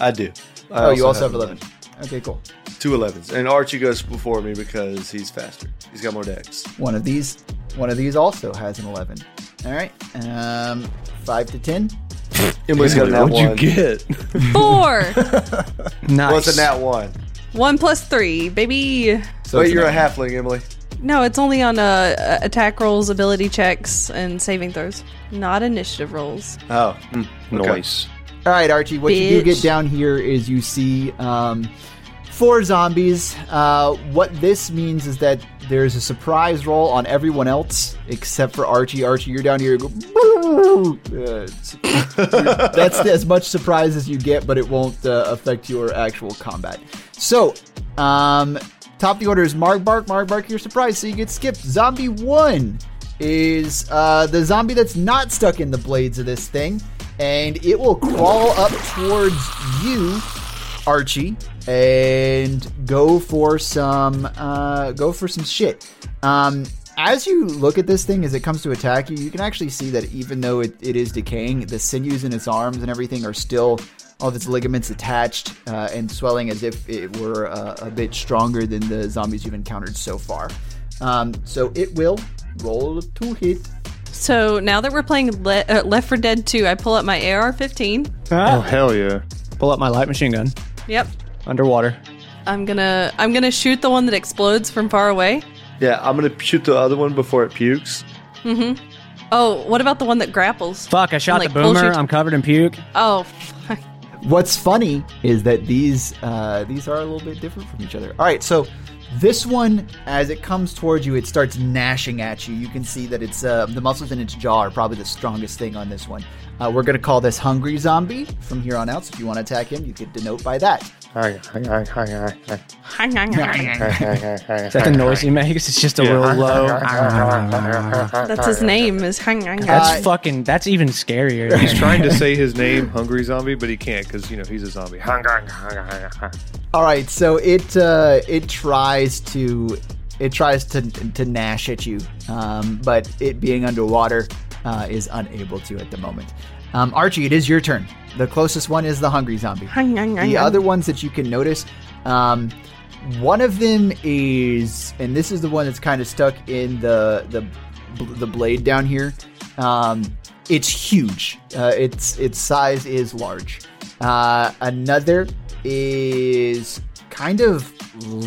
I do. I
oh, you also have eleven. Okay, cool.
Two 11s. And Archie goes before me because he's faster. He's got more decks.
One of these, one of these also has an eleven. All right. Um, five to ten.
Emily's got that
What'd
one.
you get?
Four.
Nice.
What's a nat one?
One plus three, baby.
So
Wait,
it's
you're
an-
a halfling, Emily.
No, it's only on uh, uh, attack rolls, ability checks, and saving throws. Not initiative rolls.
Oh. mm, okay.
Noise.
All right, Archie. What you do
Bitch.
get down here is you see um, four zombies. Uh, what this means is that there's a surprise roll on everyone else except for Archie. Archie, you're down here. you Go, Uh, it's- that's as much surprise as you get, but it won't uh, affect your actual combat. So, um, top of the order is Marg Bark. Marg Bark, you're surprised, so you get skipped. Zombie one is uh, the zombie that's not stuck in the blades of this thing, and it will crawl up towards you, Archie, and go for some uh, go for some shit. Um, as you look at this thing as it comes to attack you, you can actually see that even though it, it is decaying, the sinews in its arms and everything are still all of its ligaments attached uh, and swelling as if it were uh, a bit stronger than the zombies you've encountered so far. Um, so it will roll to hit.
So now that we're playing Le- uh, Left 4 Dead 2, I pull up my AR 15.
Ah.
hell yeah.
Pull up my light machine gun
Yep.
underwater.
I'm gonna I'm gonna shoot the one that explodes from far away.
Yeah, I'm going to shoot the other one before it pukes.
Oh, what about the one that grapples?
Fuck! I shot
like,
the
bullshit.
boomer. I'm covered in puke.
Oh, fuck.
What's funny is that these uh, these are a little bit different from each other. All right, so this one, as it comes towards you, it starts gnashing at you. You can see that it's uh, the muscles in its jaw are probably the strongest thing on this one. Uh, we're gonna call this hungry zombie from here on out. So if you want to attack him, you could denote by that.
Is that the noise he makes? It's just a real low. That's
that's his name is Hang Hang.
That's- Uh,
fucking. That's even scarier.
He's trying to say his name, Hungry Zombie, but he can't because, you know, he's a zombie.
All right, so it uh, it tries to it tries to to gnash at you, um, but it being underwater uh, is unable to at the moment. Um, Archie, it is your turn. The closest one is the hungry zombie.
Hang Hang Hang.
The other ones that you can notice, um, one of them is, and this is the one that's kind of stuck in the the bl- the blade down here. Um, it's huge. Uh, its its size is large. Uh, another is kind of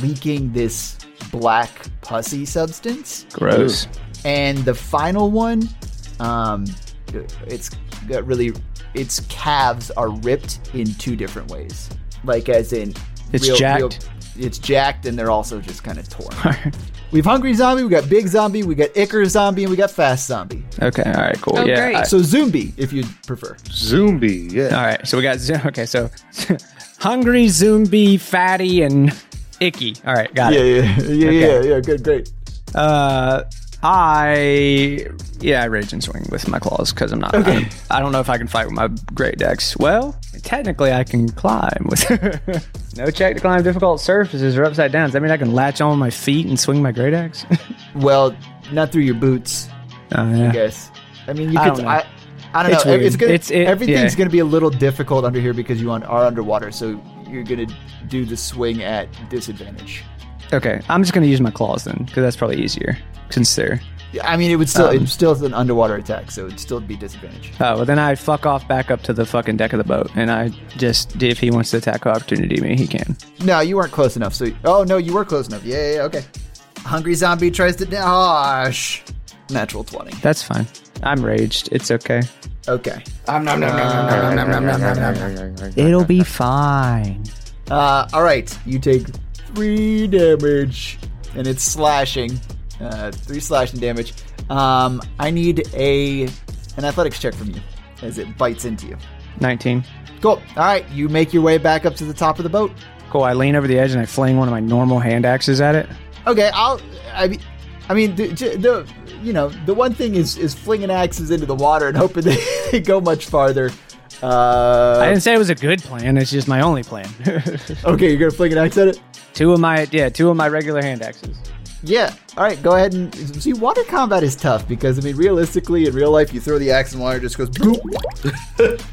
leaking this black pussy substance,
Gross.
and the final one, um, it's got really its calves are ripped in two different ways. Like as in
It's jacked.
it's jacked and they're also just kind of torn. We've hungry zombie, we got big zombie, we got icker zombie, and we got fast zombie.
Okay. All right. Cool.
Oh,
yeah.
great.
I-
So zombie, if you prefer.
Zombie, yeah.
all right. So we got. zo- Okay. So hungry, zombie, fatty, and icky. All right. Got it.
yeah, yeah,
Okay.
yeah. Good, great.
Uh, I yeah, I rage and swing with my claws because I'm not. I, don't, I don't know if I can fight with my great decks. Well, technically, I can climb with. no check to climb difficult surfaces or upside downs. Does that mean I can latch on my feet and swing my great axe? oh,
Well, not through your boots,
yeah.
I guess. I mean, you
I
could.
don't know.
I, I don't
It's
know.
weird.
It's gonna,
It's- it-
everything's
yeah.
going to be a little difficult under here because you on, are underwater. So you're gonna do the swing at disadvantage.
Okay, I'm just gonna use my claws then, because that's probably easier since they're.
Yeah, I mean, it would still
Um,
it's still an underwater attack, so it'd still be disadvantage.
Oh, well then I fuck off back up to the fucking deck of the boat, and I just if he wants to attack opportunity me, he can.
No, you weren't close enough. So, oh no, you were close enough. Yeah, yeah, yeah okay. Hungry zombie tries to dash. Natural twenty.
That's fine. I'm raged. It's okay.
Okay.
It'll be fine.
Uh, all right, you take three damage, and it's slashing. Uh, three slashing damage. Um, I need a an athletics check from you as it bites into you.
19.
Cool. All right, you make your way back up to the top of the boat.
Cool. I lean over the edge and I fling one of my normal hand axes at it.
Okay, I'll. I mean, I mean, the, j- the you know the one thing is is flinging axes into the water and hoping they, they go much farther.
I
Uh,
didn't say it was a good plan. It's just my only plan.
okay, you're gonna fling an axe at it.
two of my yeah, two of my regular hand axes.
Yeah. All right. Go ahead and see. Water combat is tough because I mean, realistically, in real life, you throw the axe in water, it just goes. Boop.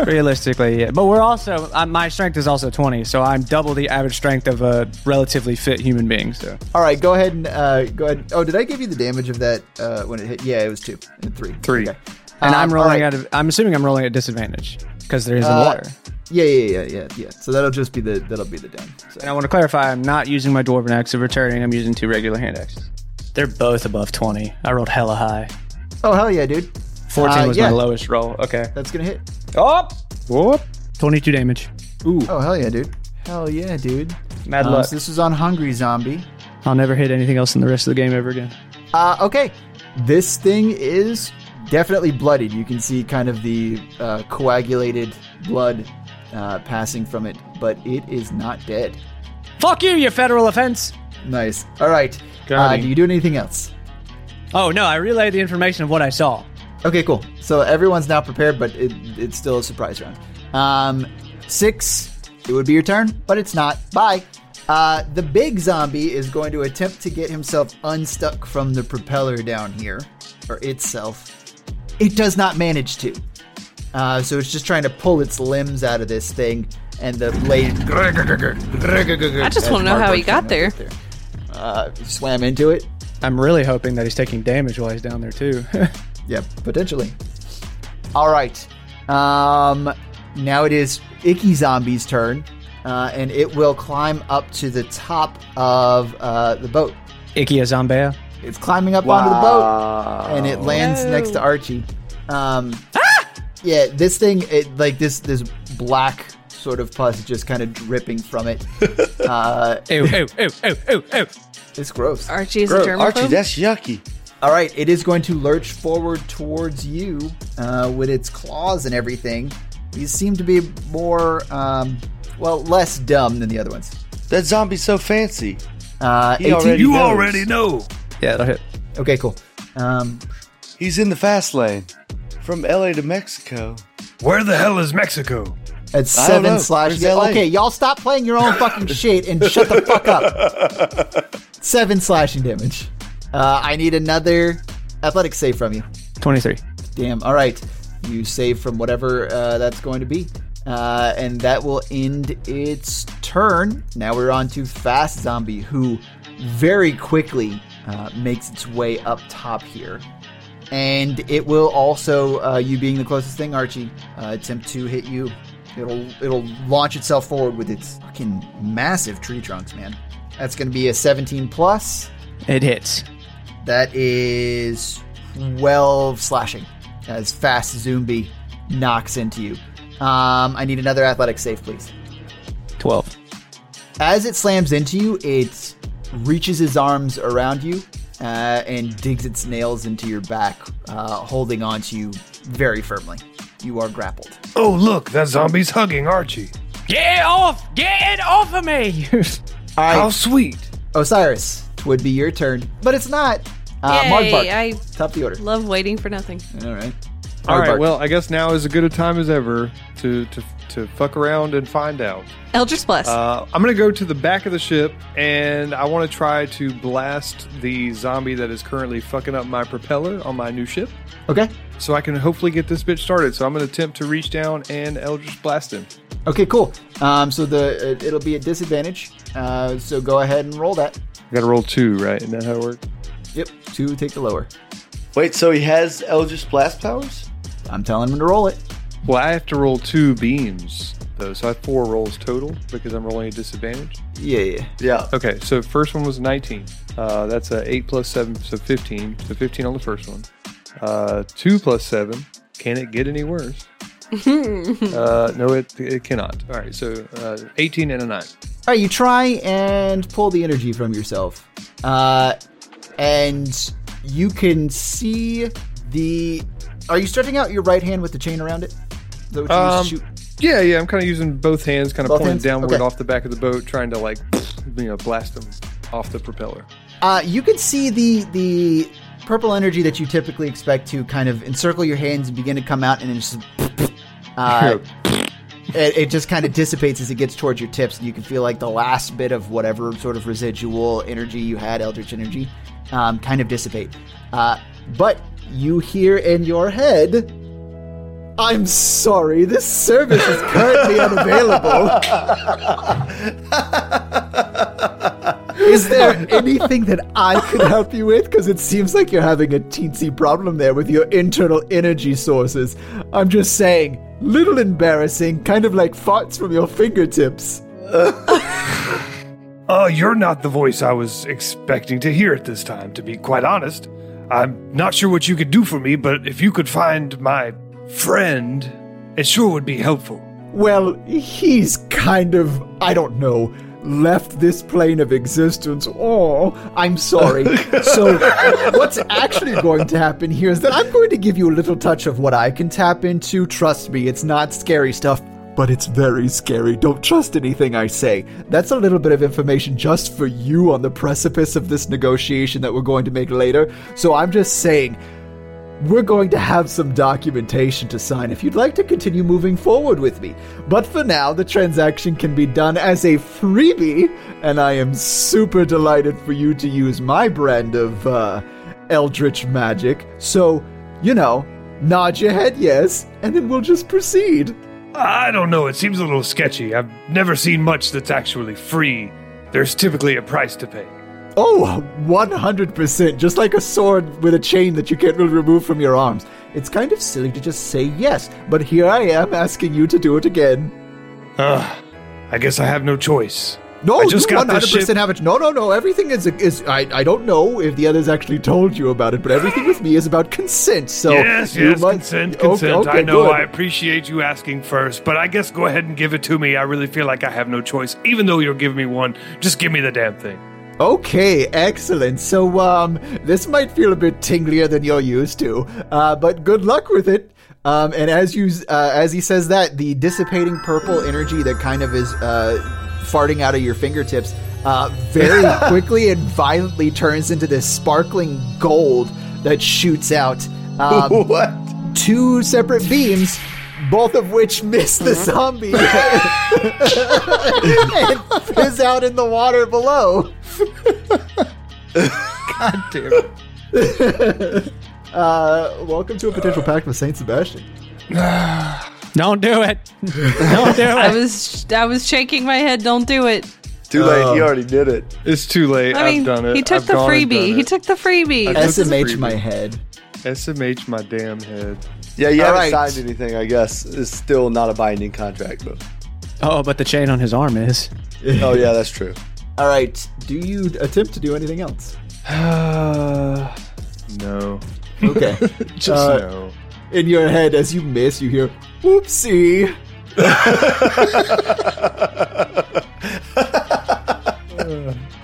Realistically, yeah. But we're also uh, my strength is also 20, so I'm double the average strength of a relatively fit human being. So
All right. Go ahead and uh, go ahead. Oh, did I give you the damage of that uh, when it hit? Yeah, it was two and three.
Three.
Okay.
and I'm
Um,
rolling
all
at
right.
a, I'm assuming I'm rolling at disadvantage because there isn't
Uh,
water.
Yeah, yeah, yeah, yeah, yeah. So that'll just be the that'll be the down. So.
And I want to clarify, I'm not using my dwarven axe of returning. I'm using two regular hand axes. They're both above 20. I rolled hella high.
Oh hell yeah, dude.
14
Uh,
was
yeah.
my lowest roll. Okay.
That's gonna hit.
Oh, whoop. 22 damage.
Oh hell yeah, dude. Hell yeah, dude.
Mad
Um,
luck.
so this is on Hungry Zombie.
Uh, I'll never hit anything else in the rest of the game ever again.
Uh, okay. This thing is definitely bloodied. You can see kind of the uh, coagulated blood uh, passing from it, but it is not dead.
Fuck you, you federal offense.
Nice. All right.
Got
Uh,
him.
do you do anything else?
Oh, no, I relayed the information of what I saw.
Okay, cool. So everyone's now prepared, but it, it's still a surprise round. Um, six, it would be your turn, but it's not. Bye. Uh, the big zombie is going to attempt to get himself unstuck from the propeller down here, or itself. It does not manage to. Uh, so it's just trying to pull its limbs out of this thing, and the blade.
I just want to know how he got there.
Uh, swam into it.
I'm really hoping that he's taking damage while he's down there, too.
Yeah, potentially. All right. Um, now it is Icky Zombie's turn, uh, and it will climb up to the top of uh, the boat.
Icky Azombea.
It's climbing up onto the boat, and it lands
No.
next to Archie. Um, Yeah, this thing, it, like this, this black sort of pus just kind of dripping from it. uh,
Ew, ew, ew, ew, ew, ew.
it's gross.
Archie is a germaphobe.
Archie, that's yucky.
All right, it is going to lurch forward towards you uh, with its claws and everything. These seem to be more, um, well, less dumb than the other ones.
That zombie's so fancy.
Uh,
He already
You
knows.
already know.
Yeah, that'll hit.
Okay, cool. Um,
He's in the fast lane. From LA to Mexico.
Where the hell is Mexico?
that's
I don't know.
seven slash.
Where's LA?
Okay, y'all stop playing your own fucking shit and shut the fuck up. Seven slashing damage. Uh, I need another athletic save from you.
23.
Damn. All right. You save from whatever uh, that's going to be. Uh, and that will end its turn. Now we're on to Fast Zombie, who very quickly uh, makes its way up top here. And it will also, uh, you being the closest thing, Archie, uh, attempt to hit you. It'll it'll launch itself forward with its fucking massive tree trunks, man. That's going to be a 17 plus.
It hits.
That is 12 slashing as fast Zombie knocks into you. Um, I need another athletic save, please.
12.
As it slams into you, it reaches its arms around you uh, and digs its nails into your back, uh, holding onto you very firmly. You are grappled.
Oh, look, that zombie's hugging Archie.
Get off! Get it off of me!
How sweet.
Osiris, it would be your turn, but it's not. Uh,
Yay,
Marbark,
I
top of the order.
love waiting for nothing.
All right.
All right.
Aardvark.
Well, I guess now is as good a time as ever to to to fuck around and find out.
Eldritch Bless.
Uh, I'm going to go to the back of the ship and I want to try to blast the zombie that is currently fucking up my propeller on my new ship
Okay.
so I can hopefully get this bitch started. So I'm going to attempt to reach down and Eldritch Blast him.
Okay, cool. Um, so the it, it'll be at disadvantage. Uh, so go ahead and roll that.
I got to roll two, right? Isn't that how it works?
Yep, two take the lower.
Wait, so he has Eldritch Blast powers?
I'm telling him to roll it.
Well, I have to roll two beams, though. So I have four rolls total because I'm rolling a disadvantage.
Yeah, yeah.
Yeah.
Okay, so first one was 19. Uh, that's a 8 plus 7, so 15. So 15 on the first one. Uh, 2 plus 7. Can it get any worse? uh, no, it, it cannot. All right, so uh, 18 and a 9.
All right, you try and pull the energy from yourself, uh, and you can see the. Are you stretching out your right hand with the chain around it? Is that what you
Um,
used to shoot?
Yeah, yeah, I'm kind of using both hands, kind of
Both
pointing
hands?
downward
Okay.
off the back of the boat, trying to like, you know, blast them off the propeller.
Uh, you can see the the purple energy that you typically expect to kind of encircle your hands and begin to come out, and then just uh, it, it just kind of dissipates as it gets towards your tips, and you can feel like the last bit of whatever sort of residual energy you had, eldritch energy, um, kind of dissipate. Uh, but you hear in your head. I'm sorry, this service is currently unavailable. Is there anything that I could help you with? Because it seems like you're having a teensy problem there with your internal energy sources. I'm just saying, little embarrassing, kind of like farts from your fingertips.
Uh, you're not the voice I was expecting to hear at this time, to be quite honest. I'm not sure what you could do for me, but if you could find my friend, it sure would be helpful.
Well, he's kind of, I don't know, left this plane of existence. Oh, I'm sorry. so, what's actually going to happen here is that I'm going to give you a little touch of what I can tap into. Trust me, it's not scary stuff. But it's very scary. Don't trust anything I say. That's a little bit of information just for you on the precipice of this negotiation that we're going to make later. So I'm just saying, we're going to have some documentation to sign if you'd like to continue moving forward with me. But for now, the transaction can be done as a freebie, and I am super delighted for you to use my brand of uh, eldritch magic. So, you know, nod your head yes, and then we'll just proceed.
I don't know, it seems a little sketchy. I've never seen much that's actually free. There's typically a price to pay.
Oh, 100%, just like a sword with a chain that you can't really remove from your arms. It's kind of silly to just say yes, but here I am asking you to do it again.
Ugh, I guess I have no choice.
No,
I just
you
got
one
this
hundred
ship.
percent have it. No, no, no. Everything is is. I, I don't know if the others actually told you about it, but everything with me is about consent. So
yes,
you
yes,
must-
consent,
Okay,
consent.
okay,
I know.
good.
I appreciate you asking first, but I guess go ahead and give it to me. I really feel like I have no choice, even though you're giving me one. Just give me the damn thing.
Okay, excellent. So um, this might feel a bit tinglier than you're used to, uh, but good luck with it. Um, and as you uh, as he says that, the dissipating purple energy that kind of is uh, farting out of your fingertips uh, very quickly and violently turns into this sparkling gold that shoots out. Um,
What?
two separate beams, both of which miss the zombie and fizz out in the water below.
God damn it.
Uh, welcome to a potential pact with Saint Sebastian.
Don't do it. Don't do
I
it.
was I was shaking my head. Don't do it.
Too late.
Um,
He already did it.
It's too late.
I mean,
I've done it.
he took
I've
the
gone and
freebie.
done
He
it.
took the freebie.
I-
SMH my head.
SMH my damn head.
Yeah, you
All
haven't
right.
signed anything, I guess. It's still not a binding contract, but.
Oh, but the chain on his arm is.
Oh, yeah, that's true.
All right. Do you attempt to do anything else?
no.
Uh,
Okay.
Just
Uh,
no.
In your head, as you miss, you hear "Whoopsie."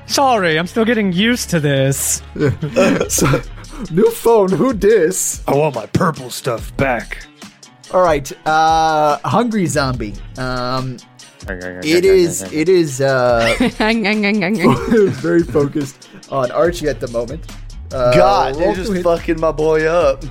Sorry, I'm still getting used to this.
So- New phone. Who dis?
Oh.
I want my purple stuff back.
All right. Uh, hungry zombie. Um, it is. It is. Uh, very focused on Archie at the moment. Uh,
God,
roll
they're
to
just
hit.
fucking my boy up.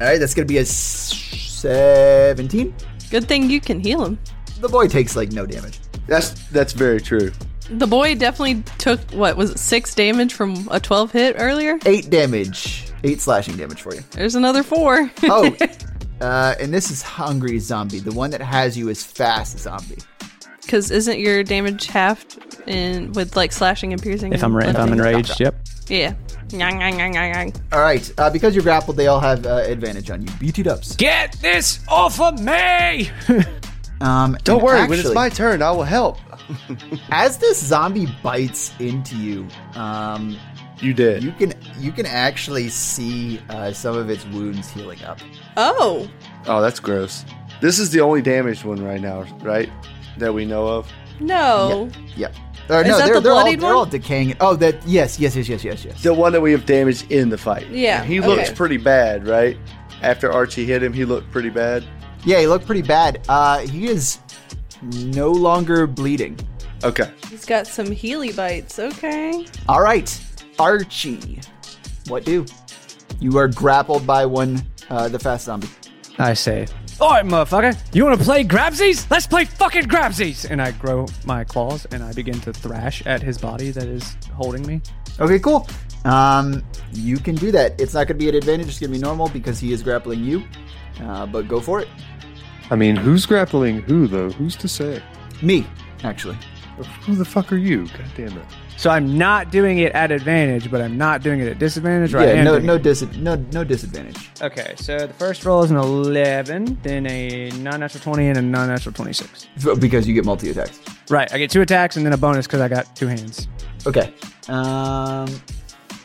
All right, that's gonna be a s- seventeen.
Good thing you can heal him.
The boy takes like no damage.
That's that's very true.
The boy definitely took what was it, six damage from a twelve hit earlier.
Eight damage. Eight slashing damage for you.
There's another four.
Oh, Uh, and this is hungry zombie, the one that has you as fast zombie.
Because isn't your damage halved in with like slashing and piercing?
If
and
I'm ra- if I'm
bludgeoning?
enraged, yep.
Yeah. Nyang, nyang, nyang, nyang, nyang.
All right, uh, because you're grappled, they all have uh, advantage on you. BT ups.
Get this off of me!
Um,
Don't
and
worry, when it's
actually-
my turn, I will help.
as this zombie bites into you, um,
You did.
you can you can actually see uh, some of its wounds healing up.
Oh,
Oh, that's gross. This is the only damaged one right now, right? That we know of.
no.
Yep. Or,
Is
no,
that
they're,
the
they're all,
bloodied
They're all
one?
decaying. Oh, that yes, yes, yes, yes, yes, yes.
The one that we have damaged in the fight.
Yeah,
And he looks
okay.
pretty bad, right? After Archie hit him, he looked pretty bad.
Yeah, he looked pretty bad. Uh, he is no longer bleeding.
Okay.
He's got some Healy bites. Okay.
All right, Archie, what do? You are grappled by one uh, the fast zombie.
I say, "All right, motherfucker, you want to play grabsies? Let's play fucking grabsies!" And I grow my claws and I begin to thrash at his body that is holding me.
Okay, cool. Um, you can do that. It's not going to be an advantage. It's going to be normal because he is grappling you. Uh, but go for it.
I mean, who's grappling who though? Who's to say?
Me, actually.
Who the fuck are you? God damn it!
So I'm not doing it at advantage, but I'm not doing it at disadvantage. Right?
Yeah, no, no, dis- no, no disadvantage.
Okay, so the first roll is an 11, then a non-natural 20 and a non-natural 26.
F- Because you get multi attacks.
Right, I get two attacks and then a bonus because I got two hands.
Okay. Um,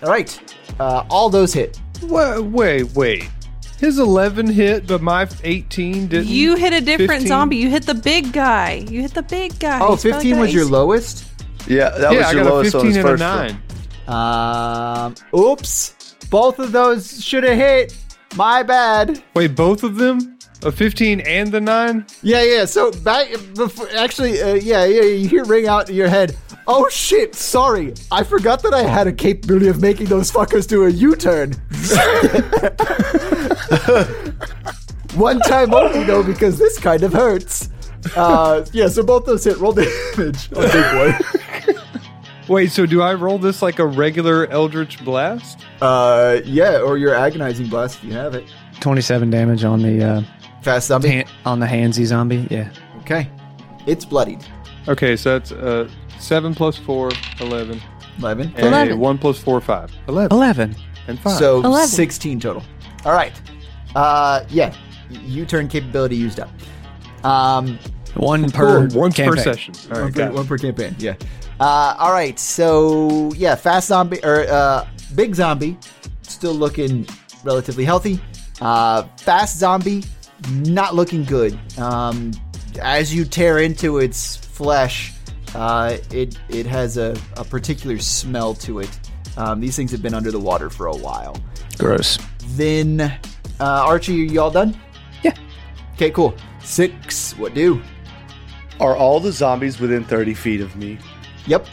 all right. Uh, all those hit.
Wait, wait, wait. His eleven hit, but my eighteen didn't.
You hit a different
15?
zombie. You hit the big guy. You hit the big guy.
Oh,
He's probably
15
got
was your
AC.
lowest?
Yeah, that
yeah,
was
I
your
got a
lowest on
fifteen
his
and a
first
nine.
one.
Um, oops. Both of those should have hit. My bad.
Wait, both of them? A fifteen and the nine?
Yeah, yeah. So back before, actually, uh, yeah, yeah. You hear ring out in your head. Oh shit! Sorry, I forgot that I had a capability of making those fuckers do a U-turn. One time only though, because this kind of hurts. Uh, yeah. So both those hit. Roll damage. Oh, big boy.
Wait, so do I roll this like a regular Eldritch Blast?
Uh, yeah. Or your agonizing blast if you have it.
27 damage on the uh,
Fast zombie.
han- on the handsy zombie. Yeah.
Okay. It's bloodied.
Okay, so that's uh, seven plus four, eleven,
Eleven.
and
11.
one plus four, five, eleven,
11.
and five.
So
11.
16 total. All right. Uh, yeah. U turn capability used up. Um,
One per
Cool, once per
campaign.
session. All
one,
right,
per,
got it.
one per campaign. Yeah. Uh, all right. So yeah, fast zombie or uh, big zombie, still looking relatively healthy. Uh, fast zombie, not looking good. Um, as you tear into its flesh, uh, it it has a, a particular smell to it. Um, these things have been under the water for a while.
Gross.
Then, uh, Archie, are you all done?
Yeah.
Okay, cool. Six. What do?
Are all the zombies within 30 feet of me?
Yep.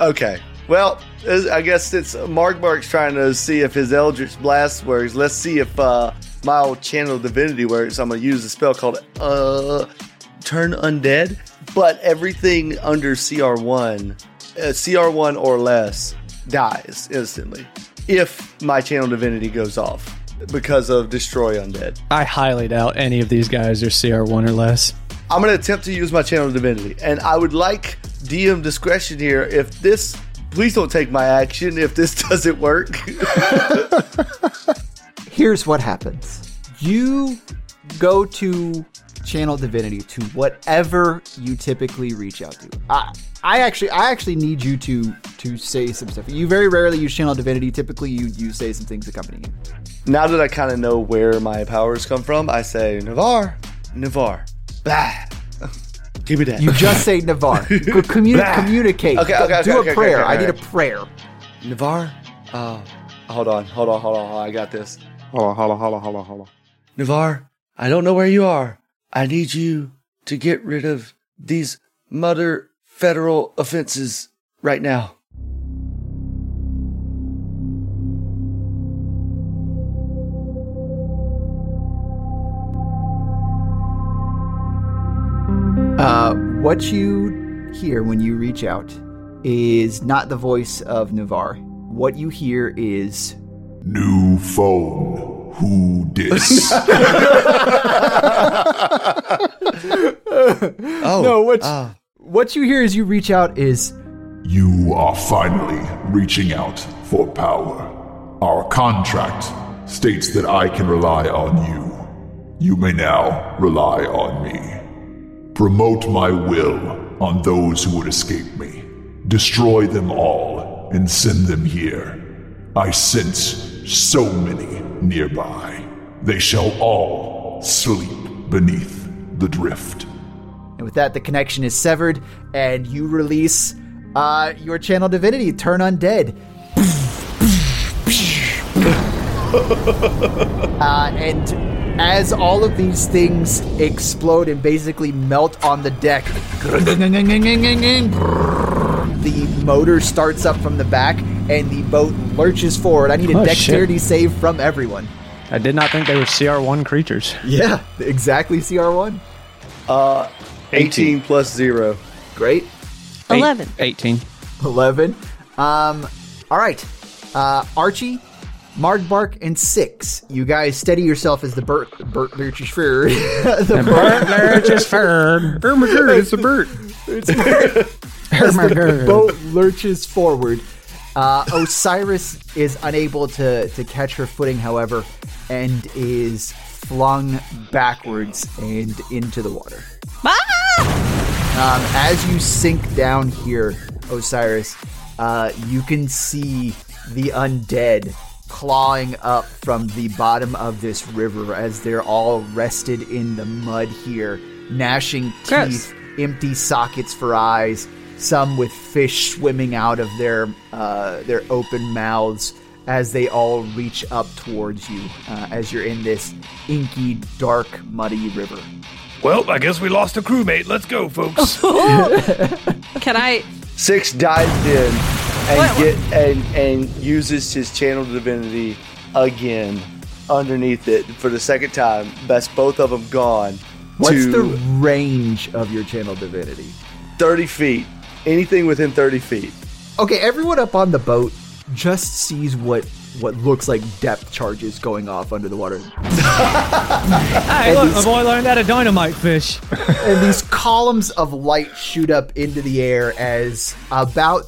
Okay. Well, is- I guess it's Mark Mark's trying to see if his Eldritch Blast works. Let's see if uh, my old Channel Divinity works. I'm going to use a spell called uh, Turn Undead, but everything under CR1, uh, CR1 or less, dies instantly if my Channel Divinity goes off because of Destroy Undead.
I highly doubt any of these guys are CR1 or less.
I'm going to attempt to use my channel divinity, and I would like DM discretion here. If this, please don't take my action if this doesn't work.
Here's what happens. You go to channel divinity to whatever you typically reach out to. I, I actually, I actually need you to to say some stuff. You very rarely use channel divinity. Typically, you you say some things accompanying you.
now that I kind of know where my powers come from, I say Navar, Navar, bah. Give me that.
You just say Navar. Go communi- communicate.
Okay,
Go-
okay,
do
okay,
a
okay,
prayer.
okay, okay,
I need
okay.
a prayer.
Navar. Oh, hold on, hold on, hold on, hold on. I got this.
Holla, holla, holla, holla, holla.
Navar, I don't know where you are. I need you to get rid of these mother federal offenses right now.
Uh, what you hear when you reach out is not the voice of Navar. What you hear is
New phone. Who dis?
Oh,
No, what's-
ah.
What you hear as you reach out is
you are finally reaching out for power. Our contract states that I can rely on you. You may now rely on me. Promote my will on those who would escape me. Destroy them all and send them here. I sense so many nearby. They shall all sleep beneath the drift.
And with that, the connection is severed, and you release uh, your channel divinity, Turn Undead. uh, and as all of these things explode and basically melt on the deck, the motor starts up from the back, and the boat lurches forward. I need a
Oh, shit.
dexterity save from everyone.
I did not think they were CR1 creatures.
Yeah, exactly CR1.
18 plus 0.
Great.
Eleven.
18.
11. Um, all right. Uh, Archie, Margbark, and Six. You guys steady yourself as the Bert, Bert Lurcher. the Bert,
just fern.
Ermagerd, it's a bird.
boat lurches forward. Uh, Osiris is unable to, to catch her footing, however, and is flung backwards and into the water.
Ah!
Um, as you sink down here, Osiris, uh, you can see the undead clawing up from the bottom of this river as they're all rested in the mud here, gnashing
Gross.
teeth, empty sockets for eyes, some with fish swimming out of their uh, their open mouths as they all reach up towards you uh, as you're in this inky, dark, muddy river.
Well, I guess we lost a crewmate. Let's go, folks.
Can I?
Six dives in and
What-
get and and uses his channel divinity again underneath it for the second time. That's both of them gone.
What's
to
the range of your channel divinity?
30 feet? Anything within 30 feet.
Okay, everyone up on the boat just sees what what looks like depth charges going off under the water,
Hey, look, my boy learned how to dynamite fish.
and these columns of light shoot up into the air as about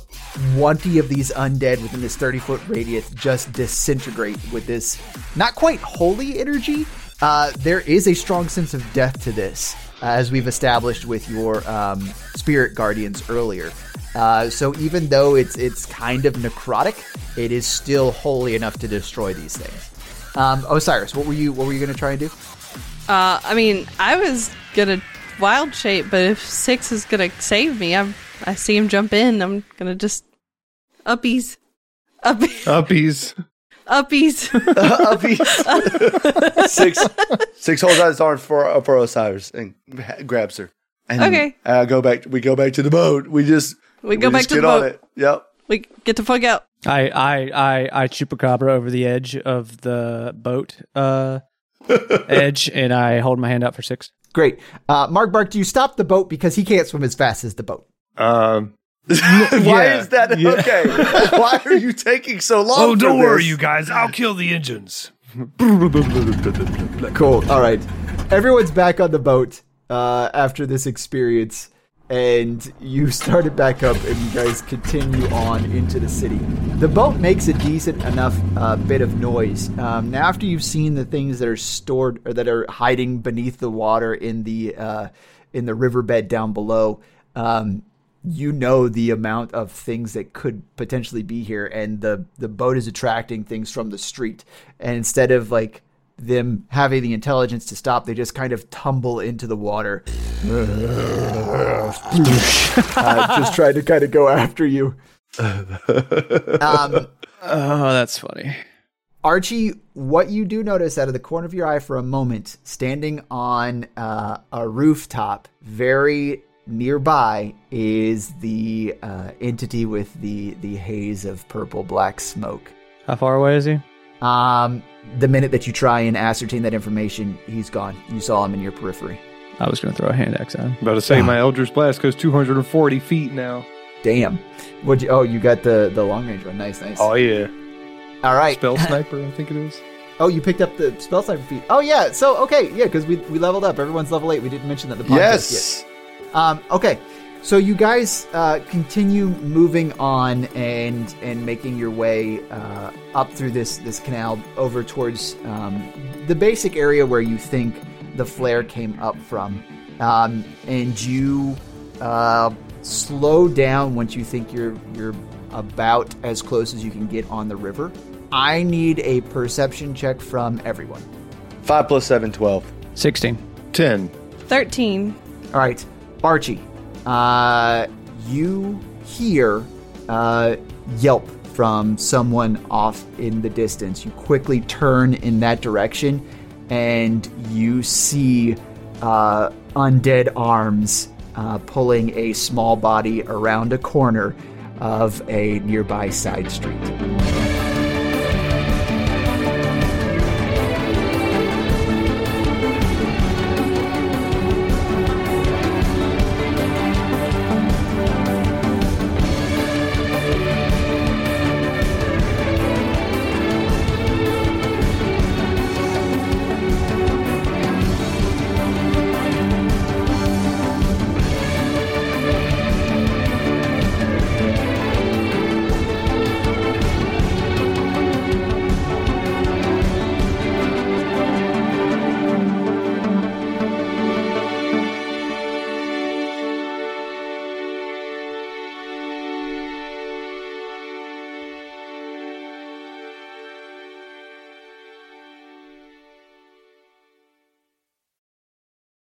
twenty of these undead within this thirty foot radius just disintegrate with this not quite holy energy. Uh, there is a strong sense of death to this, uh, as we've established with your um, spirit guardians earlier. Uh, so even though it's it's kind of necrotic, it is still holy enough to destroy these things. Um, Osiris, what were you what were you going to try and do?
Uh, I mean, I was gonna wild shape, but if six is gonna save me, I'm. I see him jump in. I'm gonna just uppies, uppies,
Uppies.
uppies.
Up he- six six holds out his arm for uh, for Osiris and ha- grabs her. And
Okay.
I go back. We go back to the boat. We just
We go back
just
to the
get on
boat.
it. Yep.
we get the fuck out.
I, I, I, I chupacabra over the edge of the boat uh, edge, and I hold my hand out for six.
Great, uh, Mark Bark, do you stop the boat because he can't swim as fast as the boat?
Um,
Why
Yeah.
is that
Yeah.
okay? Why are you taking so long?
oh, don't
for
worry,
this?
you guys. I'll kill the engines.
Cool. All right, everyone's back on the boat uh, after this experience, and you start it back up, and you guys continue on into the city. The boat makes a decent enough uh, bit of noise. Um, now, after you've seen the things that are stored or that are hiding beneath the water in the uh, in the riverbed down below. Um, you know the amount of things that could potentially be here and the the boat is attracting things from the street and instead of like them having the intelligence to stop they just kind of tumble into the water uh, just trying to kind of go after you um,
Oh, that's funny.
Archie, what you do notice out of the corner of your eye for a moment, standing on uh, a rooftop very nearby, is the uh, entity with the, the haze of purple black smoke.
How far away is he?
Um, the minute that you try and ascertain that information, he's gone. You saw him in your periphery.
I was going to throw a hand axe at him.
about to say my Eldritch Blast goes 240 feet now.
Damn. What? You, oh, you got the the long range one. Nice, nice.
Oh yeah,
All right.
Spell Sniper, I think it is.
Oh, you picked up the spell cipher feat. Oh yeah. So okay, yeah, because we we leveled up. Everyone's level eight. We didn't mention that in the podcast yet.
Yes.
Um, okay, so you guys uh, continue moving on and and making your way uh, up through this this canal over towards um, the basic area where you think the flare came up from, um, and you uh, slow down once you think you're you're about as close as you can get on the river. I need a perception check from everyone.
5 plus 7, 12.
16.
10.
13.
All right, Archie, uh, you hear uh, yelp from someone off in the distance. You quickly turn in that direction, and you see uh, undead arms uh, pulling a small body around a corner of a nearby side street.